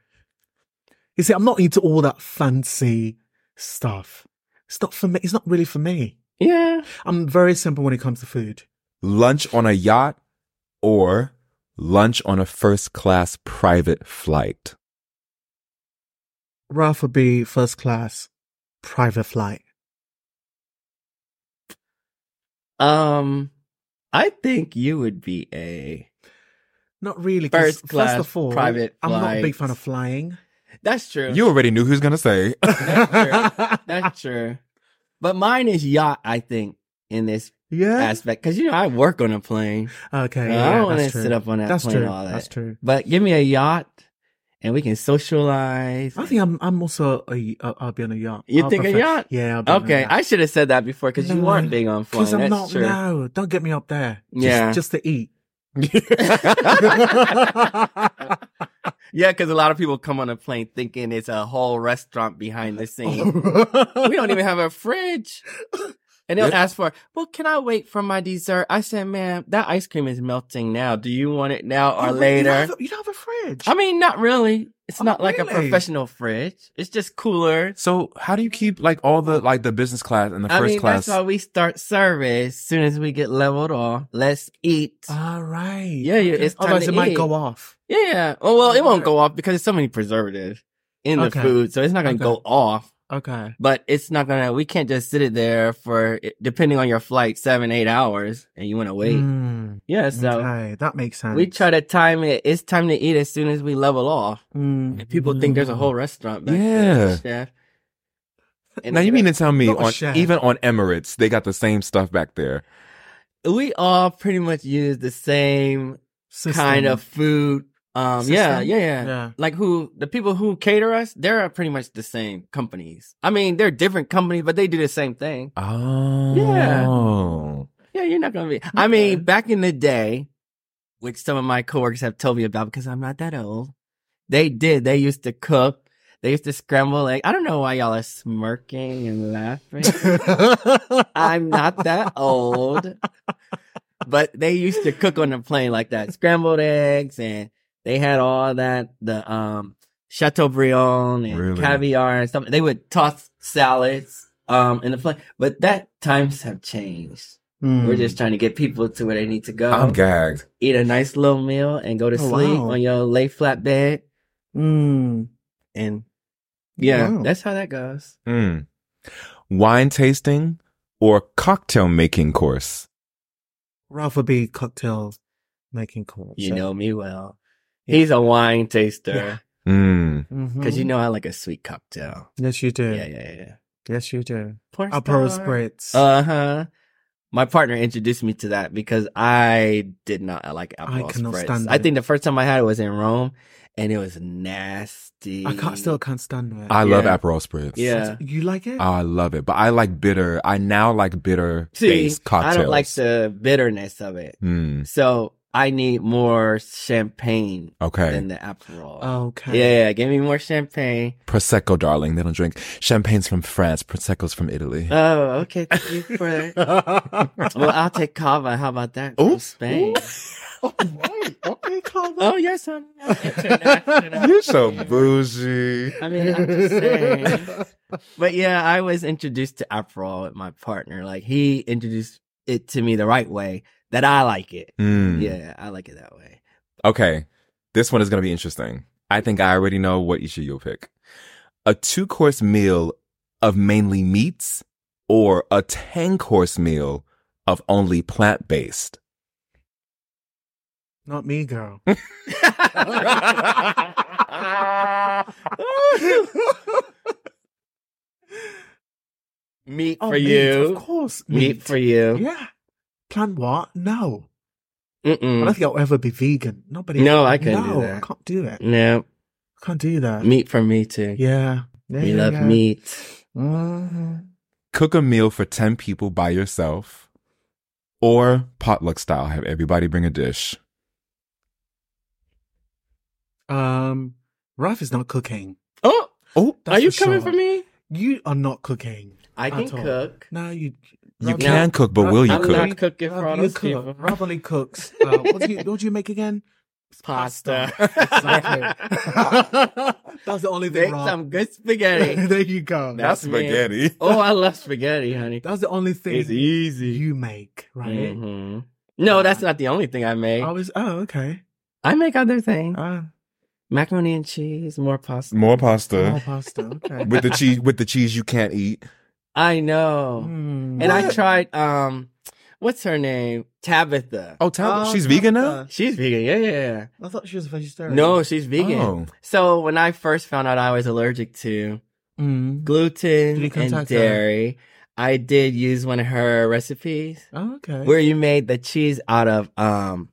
[SPEAKER 2] You see, I'm not into all that fancy stuff. It's not for me. It's not really for me.
[SPEAKER 1] Yeah.
[SPEAKER 2] I'm very simple when it comes to food.
[SPEAKER 5] Lunch on a yacht or lunch on a first class private flight.
[SPEAKER 2] Ralph would be first class, private flight.
[SPEAKER 1] Um, I think you would be a.
[SPEAKER 2] Not really. 'cause
[SPEAKER 1] First class,
[SPEAKER 2] of all,
[SPEAKER 1] private
[SPEAKER 2] I'm not a big
[SPEAKER 1] flights.
[SPEAKER 2] fan of flying.
[SPEAKER 1] That's true.
[SPEAKER 5] You already knew who's gonna say.
[SPEAKER 1] [laughs]
[SPEAKER 5] [laughs]
[SPEAKER 1] That's true. That's true. But mine is yacht, I think, in this
[SPEAKER 2] [laughs] yeah.
[SPEAKER 1] aspect. Cause, you know, I work on a plane.
[SPEAKER 2] Okay.
[SPEAKER 1] And
[SPEAKER 2] Yeah,
[SPEAKER 1] I
[SPEAKER 2] yeah,
[SPEAKER 1] don't want to
[SPEAKER 2] that's true.
[SPEAKER 1] sit up on that
[SPEAKER 2] That's
[SPEAKER 1] plane
[SPEAKER 2] true.
[SPEAKER 1] and all that.
[SPEAKER 2] That's true.
[SPEAKER 1] But give me a yacht and we can socialize.
[SPEAKER 2] I think I'm. I'm also a. a I'll be on a yacht.
[SPEAKER 1] You
[SPEAKER 2] I'll
[SPEAKER 1] think a
[SPEAKER 2] prefer-
[SPEAKER 1] yacht?
[SPEAKER 2] Yeah. I'll be on a
[SPEAKER 1] Okay,
[SPEAKER 2] yacht.
[SPEAKER 1] I should have said that before because you
[SPEAKER 2] No,
[SPEAKER 1] weren't big on flying.
[SPEAKER 2] Because I'm
[SPEAKER 1] That's
[SPEAKER 2] not.
[SPEAKER 1] true.
[SPEAKER 2] No, don't get me up there. Just-
[SPEAKER 1] Yeah.
[SPEAKER 2] Just, to eat.
[SPEAKER 1] [laughs]
[SPEAKER 2] [laughs]
[SPEAKER 1] yeah, because a lot of people come on a plane thinking it's a whole restaurant behind
[SPEAKER 2] Oh,
[SPEAKER 1] the scenes. we don't even have a
[SPEAKER 2] [laughs]
[SPEAKER 1] fridge. And they'll ask for, well, can I wait for my dessert? I said, ma'am, that ice cream is melting now. Do you want it now or
[SPEAKER 2] Oh, You
[SPEAKER 1] later?
[SPEAKER 2] don't have, a- you don't have a fridge.
[SPEAKER 1] I mean, not really. It's
[SPEAKER 2] Oh,
[SPEAKER 1] not like a
[SPEAKER 2] really?
[SPEAKER 1] professional fridge. It's just cooler.
[SPEAKER 5] so how do you keep like all the like the business class and the
[SPEAKER 1] I
[SPEAKER 5] first
[SPEAKER 1] mean,
[SPEAKER 5] class?
[SPEAKER 1] that's why we start service soon as we get leveled off. Let's eat.
[SPEAKER 2] All right.
[SPEAKER 1] Yeah, yeah, it's time
[SPEAKER 2] Otherwise,
[SPEAKER 1] to
[SPEAKER 2] it might
[SPEAKER 1] eat.
[SPEAKER 2] go off.
[SPEAKER 1] Yeah. Oh well, it won't go off because there's so many preservatives in the
[SPEAKER 2] Okay.
[SPEAKER 1] food, so it's not gonna
[SPEAKER 2] Okay.
[SPEAKER 1] go off.
[SPEAKER 2] Okay.
[SPEAKER 1] But it's not gonna. We can't just sit it there for depending on your flight, seven, eight hours, and you want to wait.
[SPEAKER 2] Mm,
[SPEAKER 1] Yeah. So
[SPEAKER 2] okay, that makes sense.
[SPEAKER 1] we try to time it. It's time to eat as soon as we level off.
[SPEAKER 2] Mm.
[SPEAKER 1] And people think there's a whole restaurant. Back
[SPEAKER 5] Yeah.
[SPEAKER 1] There, chef. And
[SPEAKER 5] now you mean to tell me
[SPEAKER 2] Not a
[SPEAKER 5] on
[SPEAKER 2] chef.
[SPEAKER 5] even on Emirates they got the same stuff back there?
[SPEAKER 1] we all pretty much use the same
[SPEAKER 2] System.
[SPEAKER 1] kind of food. Um, yeah,
[SPEAKER 2] System?
[SPEAKER 1] yeah, yeah, [laughs]
[SPEAKER 2] Yeah.
[SPEAKER 1] Like who the people who cater us, they're pretty much the same companies. I mean, they're different companies, but they do the same thing.
[SPEAKER 5] Oh,
[SPEAKER 1] Yeah, you're not gonna be. I mean, back in the day, which some of my coworkers have told me about because I'm not that old. They did. They used to cook. They used to scramble egg. I don't know why y'all are smirking and laughing. I'm not that old. But they used to cook on the plane like that. Scrambled eggs and they had all that the um Chateaubriand and
[SPEAKER 5] Really?
[SPEAKER 1] caviar and stuff. They would toss salads um in the plane. But that times have changed.
[SPEAKER 2] Mm.
[SPEAKER 1] We're just trying to get people to where they need to go.
[SPEAKER 5] Hmm. I'm gagged.
[SPEAKER 1] Eat a nice little meal and go to
[SPEAKER 2] Oh,
[SPEAKER 1] sleep
[SPEAKER 2] wow.
[SPEAKER 1] on your lay flat bed.
[SPEAKER 2] Mm.
[SPEAKER 1] and yeah,
[SPEAKER 5] Wow.
[SPEAKER 1] that's how that goes.
[SPEAKER 5] Mm. Wine tasting or cocktail making course?
[SPEAKER 2] Rather be cocktail making calls.
[SPEAKER 1] You know me well. He's a wine taster
[SPEAKER 5] Mm.
[SPEAKER 1] because
[SPEAKER 2] Mm-hmm.
[SPEAKER 1] you know I like a sweet cocktail.
[SPEAKER 2] hmm. Yes, you do.
[SPEAKER 1] Yeah, yeah, yeah. yeah.
[SPEAKER 2] Yes, you do.
[SPEAKER 1] Poor
[SPEAKER 2] Apero
[SPEAKER 1] star.
[SPEAKER 2] spritz.
[SPEAKER 1] Uh huh. My partner introduced me to that because I did not like alcohol
[SPEAKER 2] cannot
[SPEAKER 1] spritz.
[SPEAKER 2] stand
[SPEAKER 1] I
[SPEAKER 2] it.
[SPEAKER 1] think the first time I had it was in Rome, and it was nasty.
[SPEAKER 2] I can't, still can't stand it.
[SPEAKER 5] I love
[SPEAKER 1] Yeah.
[SPEAKER 5] Aperol Spritz. Oh,
[SPEAKER 1] Yeah.
[SPEAKER 2] you like it?
[SPEAKER 5] I love it. But I like bitter. I now like bitter
[SPEAKER 1] See,
[SPEAKER 5] based
[SPEAKER 1] I
[SPEAKER 5] cocktails.
[SPEAKER 1] don't like the bitterness of it,
[SPEAKER 5] Mm.
[SPEAKER 1] so I need more champagne
[SPEAKER 5] Okay.
[SPEAKER 1] than the aperol.
[SPEAKER 2] Oh, okay.
[SPEAKER 1] Yeah, give me more champagne.
[SPEAKER 5] Prosecco, darling. They don't drink. Champagne's from France. Prosecco's from Italy.
[SPEAKER 1] Oh, okay. Thank you
[SPEAKER 5] [laughs]
[SPEAKER 1] for [laughs] that. Well, I'll take cava. How about that? From
[SPEAKER 5] Ooh.
[SPEAKER 1] Spain.
[SPEAKER 5] okay,
[SPEAKER 1] Oh, yes, I'm I'm international.
[SPEAKER 5] You're so bougie.
[SPEAKER 1] [laughs] I mean, I'm just saying. But yeah, I was introduced to Aperol with my partner. Like he introduced it to me the right way that I like it.
[SPEAKER 5] Mm.
[SPEAKER 1] Yeah, I like it that [laughs] way.
[SPEAKER 5] Okay. This one is going to be interesting. I think I already know what issue you'll pick. A two course meal of mainly meats or a 10 course meal of only plant based.
[SPEAKER 2] Not
[SPEAKER 1] [laughs]
[SPEAKER 2] me, girl.
[SPEAKER 1] meat
[SPEAKER 2] Oh,
[SPEAKER 1] for
[SPEAKER 2] meat,
[SPEAKER 1] you.
[SPEAKER 2] Of course.
[SPEAKER 1] meat. for you.
[SPEAKER 2] Yeah. Plant what? No. I
[SPEAKER 1] Mm-mm.
[SPEAKER 2] don't think I'll ever be vegan. Nobody.
[SPEAKER 1] Mm. No, I couldn't do
[SPEAKER 2] No, I
[SPEAKER 1] that.
[SPEAKER 2] can't do it.
[SPEAKER 1] No,
[SPEAKER 2] I can't do that.
[SPEAKER 1] meat for me too.
[SPEAKER 2] Yeah. yeah
[SPEAKER 1] we
[SPEAKER 2] yeah,
[SPEAKER 1] love
[SPEAKER 2] yeah.
[SPEAKER 1] meat.
[SPEAKER 2] Mhm.
[SPEAKER 5] Cook a meal for 10 people by yourself or potluck style. Have everybody bring a dish.
[SPEAKER 2] Um, Ralph is not cooking.
[SPEAKER 1] Oh,
[SPEAKER 5] Oh,
[SPEAKER 2] That's
[SPEAKER 1] are you
[SPEAKER 2] for
[SPEAKER 1] coming
[SPEAKER 2] sure.
[SPEAKER 1] for me?
[SPEAKER 2] You are not cooking.
[SPEAKER 1] I can
[SPEAKER 2] At all.
[SPEAKER 1] cook.
[SPEAKER 2] No, you.
[SPEAKER 5] you
[SPEAKER 1] No.
[SPEAKER 5] can cook, but will you
[SPEAKER 1] I'm
[SPEAKER 5] cook?
[SPEAKER 1] not cooking for all
[SPEAKER 2] you
[SPEAKER 1] those people.
[SPEAKER 2] cook. Ralph only cooks. Uh, what, do you, what do you make again?
[SPEAKER 1] [laughs] Pasta. [laughs]
[SPEAKER 2] exactly. [laughs] That's the only
[SPEAKER 1] Make
[SPEAKER 2] thing. Ralph.
[SPEAKER 1] some good spaghetti.
[SPEAKER 2] [laughs] there you go.
[SPEAKER 1] That's me. oh, I love spaghetti, honey.
[SPEAKER 2] That's the only
[SPEAKER 1] It's
[SPEAKER 2] thing
[SPEAKER 1] easy.
[SPEAKER 2] you make, right?
[SPEAKER 1] hmm No, that's not the only thing I make.
[SPEAKER 2] I was. Oh, okay.
[SPEAKER 1] I make other things:
[SPEAKER 2] Ah,
[SPEAKER 1] macaroni and cheese, more pasta.
[SPEAKER 5] More
[SPEAKER 2] more
[SPEAKER 5] pasta.
[SPEAKER 2] pasta.
[SPEAKER 5] [laughs]
[SPEAKER 2] Okay.
[SPEAKER 5] with the cheese with the cheese you can't eat.
[SPEAKER 1] I know.
[SPEAKER 2] Mm.
[SPEAKER 1] And I
[SPEAKER 5] What?
[SPEAKER 1] tried. Um, what's her name? Tabitha.
[SPEAKER 5] Oh, tell
[SPEAKER 2] Oh,
[SPEAKER 5] she's vegan now?
[SPEAKER 2] Tabitha.
[SPEAKER 1] She's vegan. Yeah, yeah,
[SPEAKER 2] I thought she was a
[SPEAKER 1] yeah.
[SPEAKER 2] vegetarian.
[SPEAKER 1] No, she's vegan.
[SPEAKER 5] Oh.
[SPEAKER 1] So when I first found out I was allergic to
[SPEAKER 2] Mm. Did
[SPEAKER 1] gluten
[SPEAKER 2] you
[SPEAKER 1] and
[SPEAKER 2] contact her?
[SPEAKER 1] dairy, I did use one of her recipes.
[SPEAKER 2] Oh, okay.
[SPEAKER 1] where you made the cheese out of um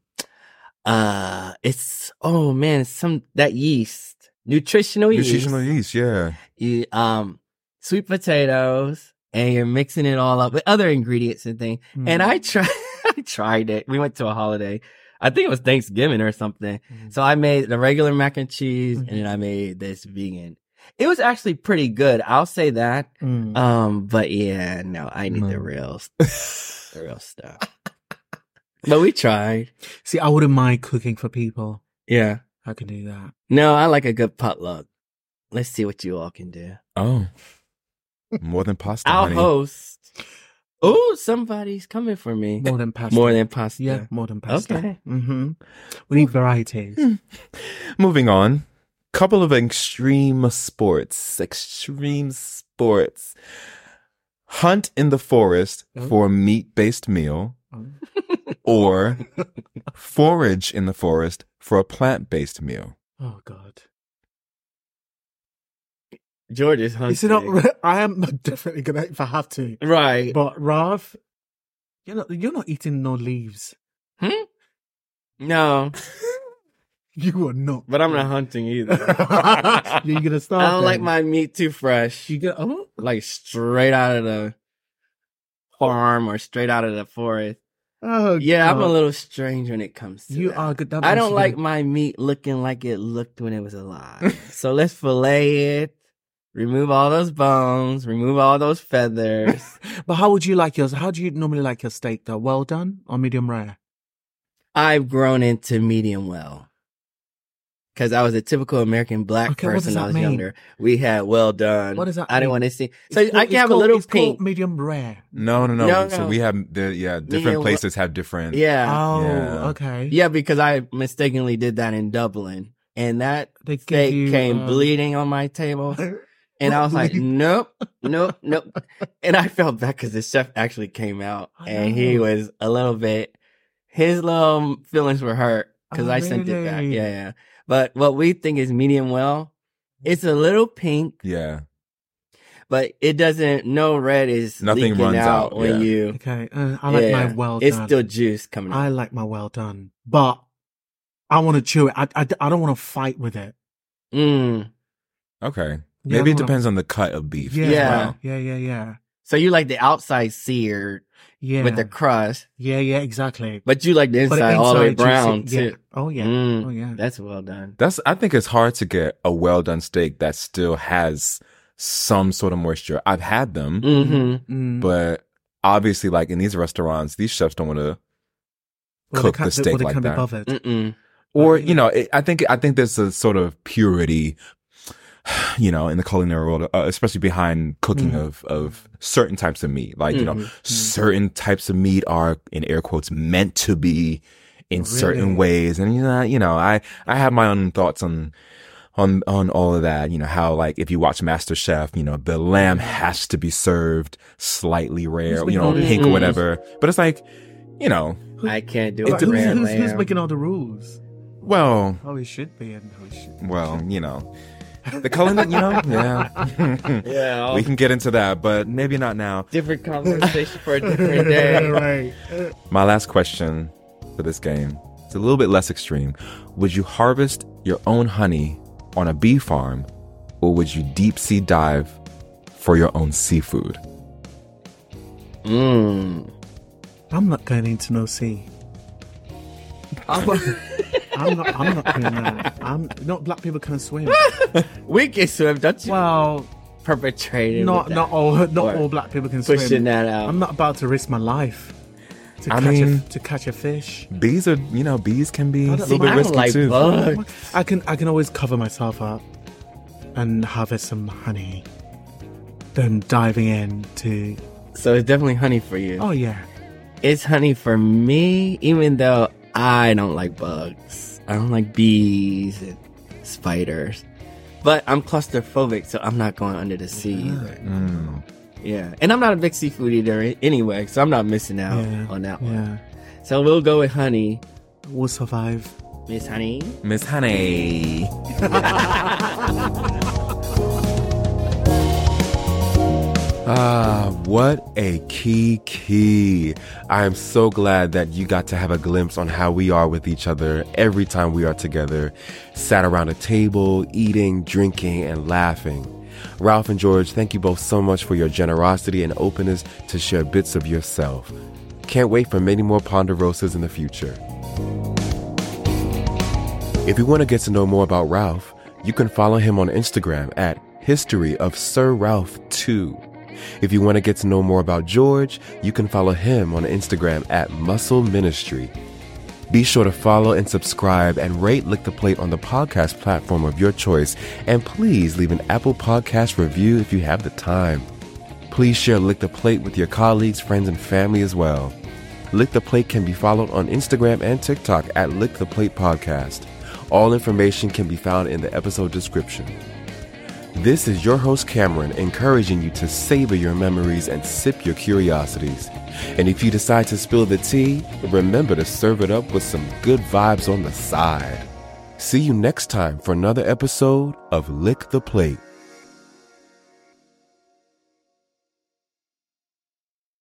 [SPEAKER 1] uh it's oh man it's some that yeast nutritional yeast
[SPEAKER 5] Nutritional yeast, yeah.
[SPEAKER 1] You, um sweet potatoes and you're mixing it all up with other ingredients and things
[SPEAKER 2] Mm.
[SPEAKER 1] and I tried [laughs] I tried it we went to a holiday I think it was Thanksgiving or something
[SPEAKER 2] Mm.
[SPEAKER 1] so I made the regular mac and cheese
[SPEAKER 2] Mhm.
[SPEAKER 1] and then I made this vegan it was actually pretty good I'll say that
[SPEAKER 2] Mm.
[SPEAKER 1] um, but yeah, no, I need the
[SPEAKER 2] No.
[SPEAKER 1] real,
[SPEAKER 2] [laughs]
[SPEAKER 1] the real stuff. But we tried.
[SPEAKER 2] See, I wouldn't mind cooking for people.
[SPEAKER 1] Yeah.
[SPEAKER 2] I can do that.
[SPEAKER 1] No, I like a good potluck. Let's see what you all can do.
[SPEAKER 5] Oh. More than pasta.
[SPEAKER 1] I'll
[SPEAKER 5] honey.
[SPEAKER 1] host. Oh, somebody's coming for me.
[SPEAKER 2] More than pasta.
[SPEAKER 1] More than pasta.
[SPEAKER 2] yeah, more than pasta.
[SPEAKER 1] Okay.
[SPEAKER 2] hmm We need varieties.
[SPEAKER 5] Moving on. Couple of extreme sports. Extreme sports. Hunt in the forest
[SPEAKER 2] Oh.
[SPEAKER 5] for a meat based meal or forage in the forest for a plant based meal.
[SPEAKER 2] Oh God!
[SPEAKER 1] George is hunting.
[SPEAKER 2] You see, not [laughs] I am definitely gonna if I have to.
[SPEAKER 1] right.
[SPEAKER 2] But Rav, you're not you're not eating no leaves. [laughs]
[SPEAKER 1] No,
[SPEAKER 2] You are not.
[SPEAKER 1] but I'm not hunting
[SPEAKER 2] [laughs]
[SPEAKER 1] either.
[SPEAKER 2] you're gonna start.
[SPEAKER 1] I don't
[SPEAKER 2] then.
[SPEAKER 1] like my meat too fresh.
[SPEAKER 2] You get oh,
[SPEAKER 1] Like straight out of the farm or straight out of the forest.
[SPEAKER 2] oh
[SPEAKER 1] Yeah, I'm a
[SPEAKER 2] God.
[SPEAKER 1] little strange when it comes to
[SPEAKER 2] You
[SPEAKER 1] that.
[SPEAKER 2] are good. that
[SPEAKER 1] I
[SPEAKER 2] means
[SPEAKER 1] don't
[SPEAKER 2] you're
[SPEAKER 1] like
[SPEAKER 2] gonna-
[SPEAKER 1] my meat looking like it looked when it was
[SPEAKER 2] [laughs]
[SPEAKER 1] alive. so let's fillet it, remove all those bones, remove all those
[SPEAKER 2] [laughs]
[SPEAKER 1] feathers.
[SPEAKER 2] But how would you like yours? How do you normally like your steak though? Well done or medium rare?
[SPEAKER 1] I've grown into medium well. Cause I was a typical American black
[SPEAKER 2] Okay, what does
[SPEAKER 1] person when I
[SPEAKER 2] that
[SPEAKER 1] was
[SPEAKER 2] mean?
[SPEAKER 1] younger. We had well done.
[SPEAKER 2] What does that
[SPEAKER 1] I didn't
[SPEAKER 2] mean?
[SPEAKER 1] want to see. So
[SPEAKER 2] It's
[SPEAKER 1] I
[SPEAKER 2] called-
[SPEAKER 1] can have
[SPEAKER 2] it's
[SPEAKER 1] a little
[SPEAKER 2] called- it's called
[SPEAKER 1] pink.
[SPEAKER 2] medium rare.
[SPEAKER 5] No, no, no.
[SPEAKER 1] No,
[SPEAKER 5] so
[SPEAKER 1] no.
[SPEAKER 5] we have the yeah,
[SPEAKER 1] and
[SPEAKER 5] different
[SPEAKER 1] what-
[SPEAKER 5] places have different
[SPEAKER 1] yeah.
[SPEAKER 2] Oh,
[SPEAKER 5] Yeah.
[SPEAKER 2] okay.
[SPEAKER 1] Yeah, because I mistakenly did that in Dublin. and that
[SPEAKER 2] They give
[SPEAKER 1] steak
[SPEAKER 2] you,
[SPEAKER 1] came
[SPEAKER 2] um,
[SPEAKER 1] bleeding on my
[SPEAKER 2] [laughs]
[SPEAKER 1] table. And I was like, nope, nope, nope. And I felt bad because the chef actually came out
[SPEAKER 2] I
[SPEAKER 1] and he
[SPEAKER 2] know.
[SPEAKER 1] was a little bit, his little feelings were hurt because
[SPEAKER 2] Oh,
[SPEAKER 1] I sent it back.
[SPEAKER 2] really?
[SPEAKER 1] Yeah, yeah. But what we think is medium well, it's a little pink,
[SPEAKER 5] Yeah.
[SPEAKER 1] but it doesn't, no red is
[SPEAKER 5] Nothing
[SPEAKER 1] leaking
[SPEAKER 5] runs
[SPEAKER 1] out
[SPEAKER 5] out,
[SPEAKER 1] when
[SPEAKER 5] yeah.
[SPEAKER 1] you,
[SPEAKER 2] [laughs] Okay, uh, I like
[SPEAKER 1] yeah,
[SPEAKER 2] my well
[SPEAKER 1] it's
[SPEAKER 2] done.
[SPEAKER 1] still juice coming out.
[SPEAKER 2] I like my well done, but I want to chew it. I, I, I don't want to fight with it.
[SPEAKER 1] Mm.
[SPEAKER 5] Okay.
[SPEAKER 2] Yeah, I
[SPEAKER 5] Maybe it
[SPEAKER 2] don't wanna-
[SPEAKER 5] depends on the cut of beef.
[SPEAKER 2] Yeah,
[SPEAKER 5] as
[SPEAKER 2] yeah,
[SPEAKER 1] Yeah.
[SPEAKER 5] well.
[SPEAKER 2] yeah, yeah, yeah.
[SPEAKER 1] So you like the outside seared
[SPEAKER 2] Yeah,
[SPEAKER 1] with the crust,
[SPEAKER 2] yeah, yeah, exactly.
[SPEAKER 1] but you like the
[SPEAKER 2] But
[SPEAKER 1] inside, all the way
[SPEAKER 2] inside juicy-
[SPEAKER 1] brown
[SPEAKER 2] yeah.
[SPEAKER 1] too.
[SPEAKER 2] Oh yeah,
[SPEAKER 1] Mm.
[SPEAKER 2] oh yeah.
[SPEAKER 1] That's well done.
[SPEAKER 5] That's I think it's hard to get a well done steak that still has some sort of moisture. I've had them,
[SPEAKER 1] hmm
[SPEAKER 2] Mm.
[SPEAKER 5] but obviously like in these restaurants, these chefs don't want to
[SPEAKER 2] Well,
[SPEAKER 5] cook
[SPEAKER 2] they
[SPEAKER 5] the
[SPEAKER 2] can't-
[SPEAKER 5] steak
[SPEAKER 2] well, they
[SPEAKER 5] like
[SPEAKER 2] can't
[SPEAKER 5] that. Mm.
[SPEAKER 2] Be bothered.
[SPEAKER 1] Mm-mm.
[SPEAKER 5] or
[SPEAKER 2] yeah.
[SPEAKER 5] you know, it, I think I think there's a sort of purity [sighs] you know, in the culinary world, uh, especially behind cooking
[SPEAKER 2] Mhm.
[SPEAKER 5] of of certain types of meat. Like, you know,
[SPEAKER 1] Mhm.
[SPEAKER 5] certain types of meat are in air quotes meant to be in
[SPEAKER 2] Really?
[SPEAKER 5] certain ways and you know you know i i have my own thoughts on on on all of that you know how like if you watch master chef you know the lamb has to be served slightly rare
[SPEAKER 2] Who's
[SPEAKER 5] you know
[SPEAKER 2] making all
[SPEAKER 5] pink
[SPEAKER 1] these
[SPEAKER 5] or
[SPEAKER 1] rules?
[SPEAKER 5] whatever but it's like you know
[SPEAKER 1] I can't do
[SPEAKER 5] It
[SPEAKER 1] it.
[SPEAKER 2] [laughs] Who's,
[SPEAKER 5] depends.
[SPEAKER 1] Red
[SPEAKER 2] who's, who's
[SPEAKER 1] lamb.
[SPEAKER 2] making all the rules?
[SPEAKER 5] well
[SPEAKER 2] Oh, it should be, and oh, it should. [laughs]
[SPEAKER 5] well you know the culinary you know
[SPEAKER 1] [laughs]
[SPEAKER 5] yeah
[SPEAKER 1] Yeah,
[SPEAKER 5] we can get into that but maybe not now
[SPEAKER 1] different conversation for a
[SPEAKER 2] [laughs]
[SPEAKER 1] different day.
[SPEAKER 2] right.
[SPEAKER 5] My last question for this game its a little bit less extreme. Would you harvest your own honey on a bee farm or would you deep sea dive for your own seafood?
[SPEAKER 1] Mm.
[SPEAKER 2] I'm not going into no sea. I'm not. I'm not doing that. I'm not. Black people can swim.
[SPEAKER 1] we can swim. Don't you
[SPEAKER 2] Well,
[SPEAKER 1] perpetrate it?
[SPEAKER 2] not
[SPEAKER 1] with
[SPEAKER 2] not
[SPEAKER 1] that.
[SPEAKER 2] all. Not
[SPEAKER 1] Or
[SPEAKER 2] all black people can swim.
[SPEAKER 1] pushing that out.
[SPEAKER 2] I'm not about to risk my life to
[SPEAKER 5] I
[SPEAKER 2] catch
[SPEAKER 5] mean-
[SPEAKER 2] a, to catch a fish.
[SPEAKER 5] Bees are, you know, bees can be a
[SPEAKER 2] don't
[SPEAKER 5] little
[SPEAKER 1] Oh, I
[SPEAKER 5] bit
[SPEAKER 1] don't
[SPEAKER 5] risky
[SPEAKER 1] like
[SPEAKER 5] too.
[SPEAKER 1] bugs.
[SPEAKER 2] I can I can always cover myself up and harvest some honey. Then diving in to
[SPEAKER 1] So it's definitely honey for you.
[SPEAKER 2] oh yeah.
[SPEAKER 1] It's honey for me, even though I don't like bugs. I don't like bees and spiders. But I'm claustrophobic, so I'm not going under the sea either.
[SPEAKER 5] Mm.
[SPEAKER 1] Yeah. And I'm not a big seafood eater anyway, so I'm not missing out
[SPEAKER 2] yeah,
[SPEAKER 1] Oh, on that one.
[SPEAKER 2] Yeah.
[SPEAKER 1] So we'll go with honey.
[SPEAKER 2] We'll survive.
[SPEAKER 1] Miss Honey.
[SPEAKER 5] Miss Honey. [laughs] Ah, what a key key. I am so glad that you got to have a glimpse on how we are with each other every time we are together, sat around a table, eating, drinking, and laughing. Ralph and George, thank you both so much for your generosity and openness to share bits of yourself. Can't wait for many more Ponderosas in the future. If you want to get to know more about Ralph, you can follow him on Instagram at History of Sir Ralph 2. If you want to get to know more about George, you can follow him on Instagram at Muscle Ministry. Be sure to follow and subscribe and rate Lick the Plate on the podcast platform of your choice. And please leave an Apple Podcast review if you have the time. Please share Lick the Plate with your colleagues, friends, and family as well. Lick the Plate can be followed on Instagram and TikTok at Lick the Plate Podcast. All information can be found in the episode description. This is your host Cameron encouraging you to savor your memories and sip your curiosities. And if you decide to spill the tea, remember to serve it up with some good vibes on the side. See you next time for another episode of Lick the Plate.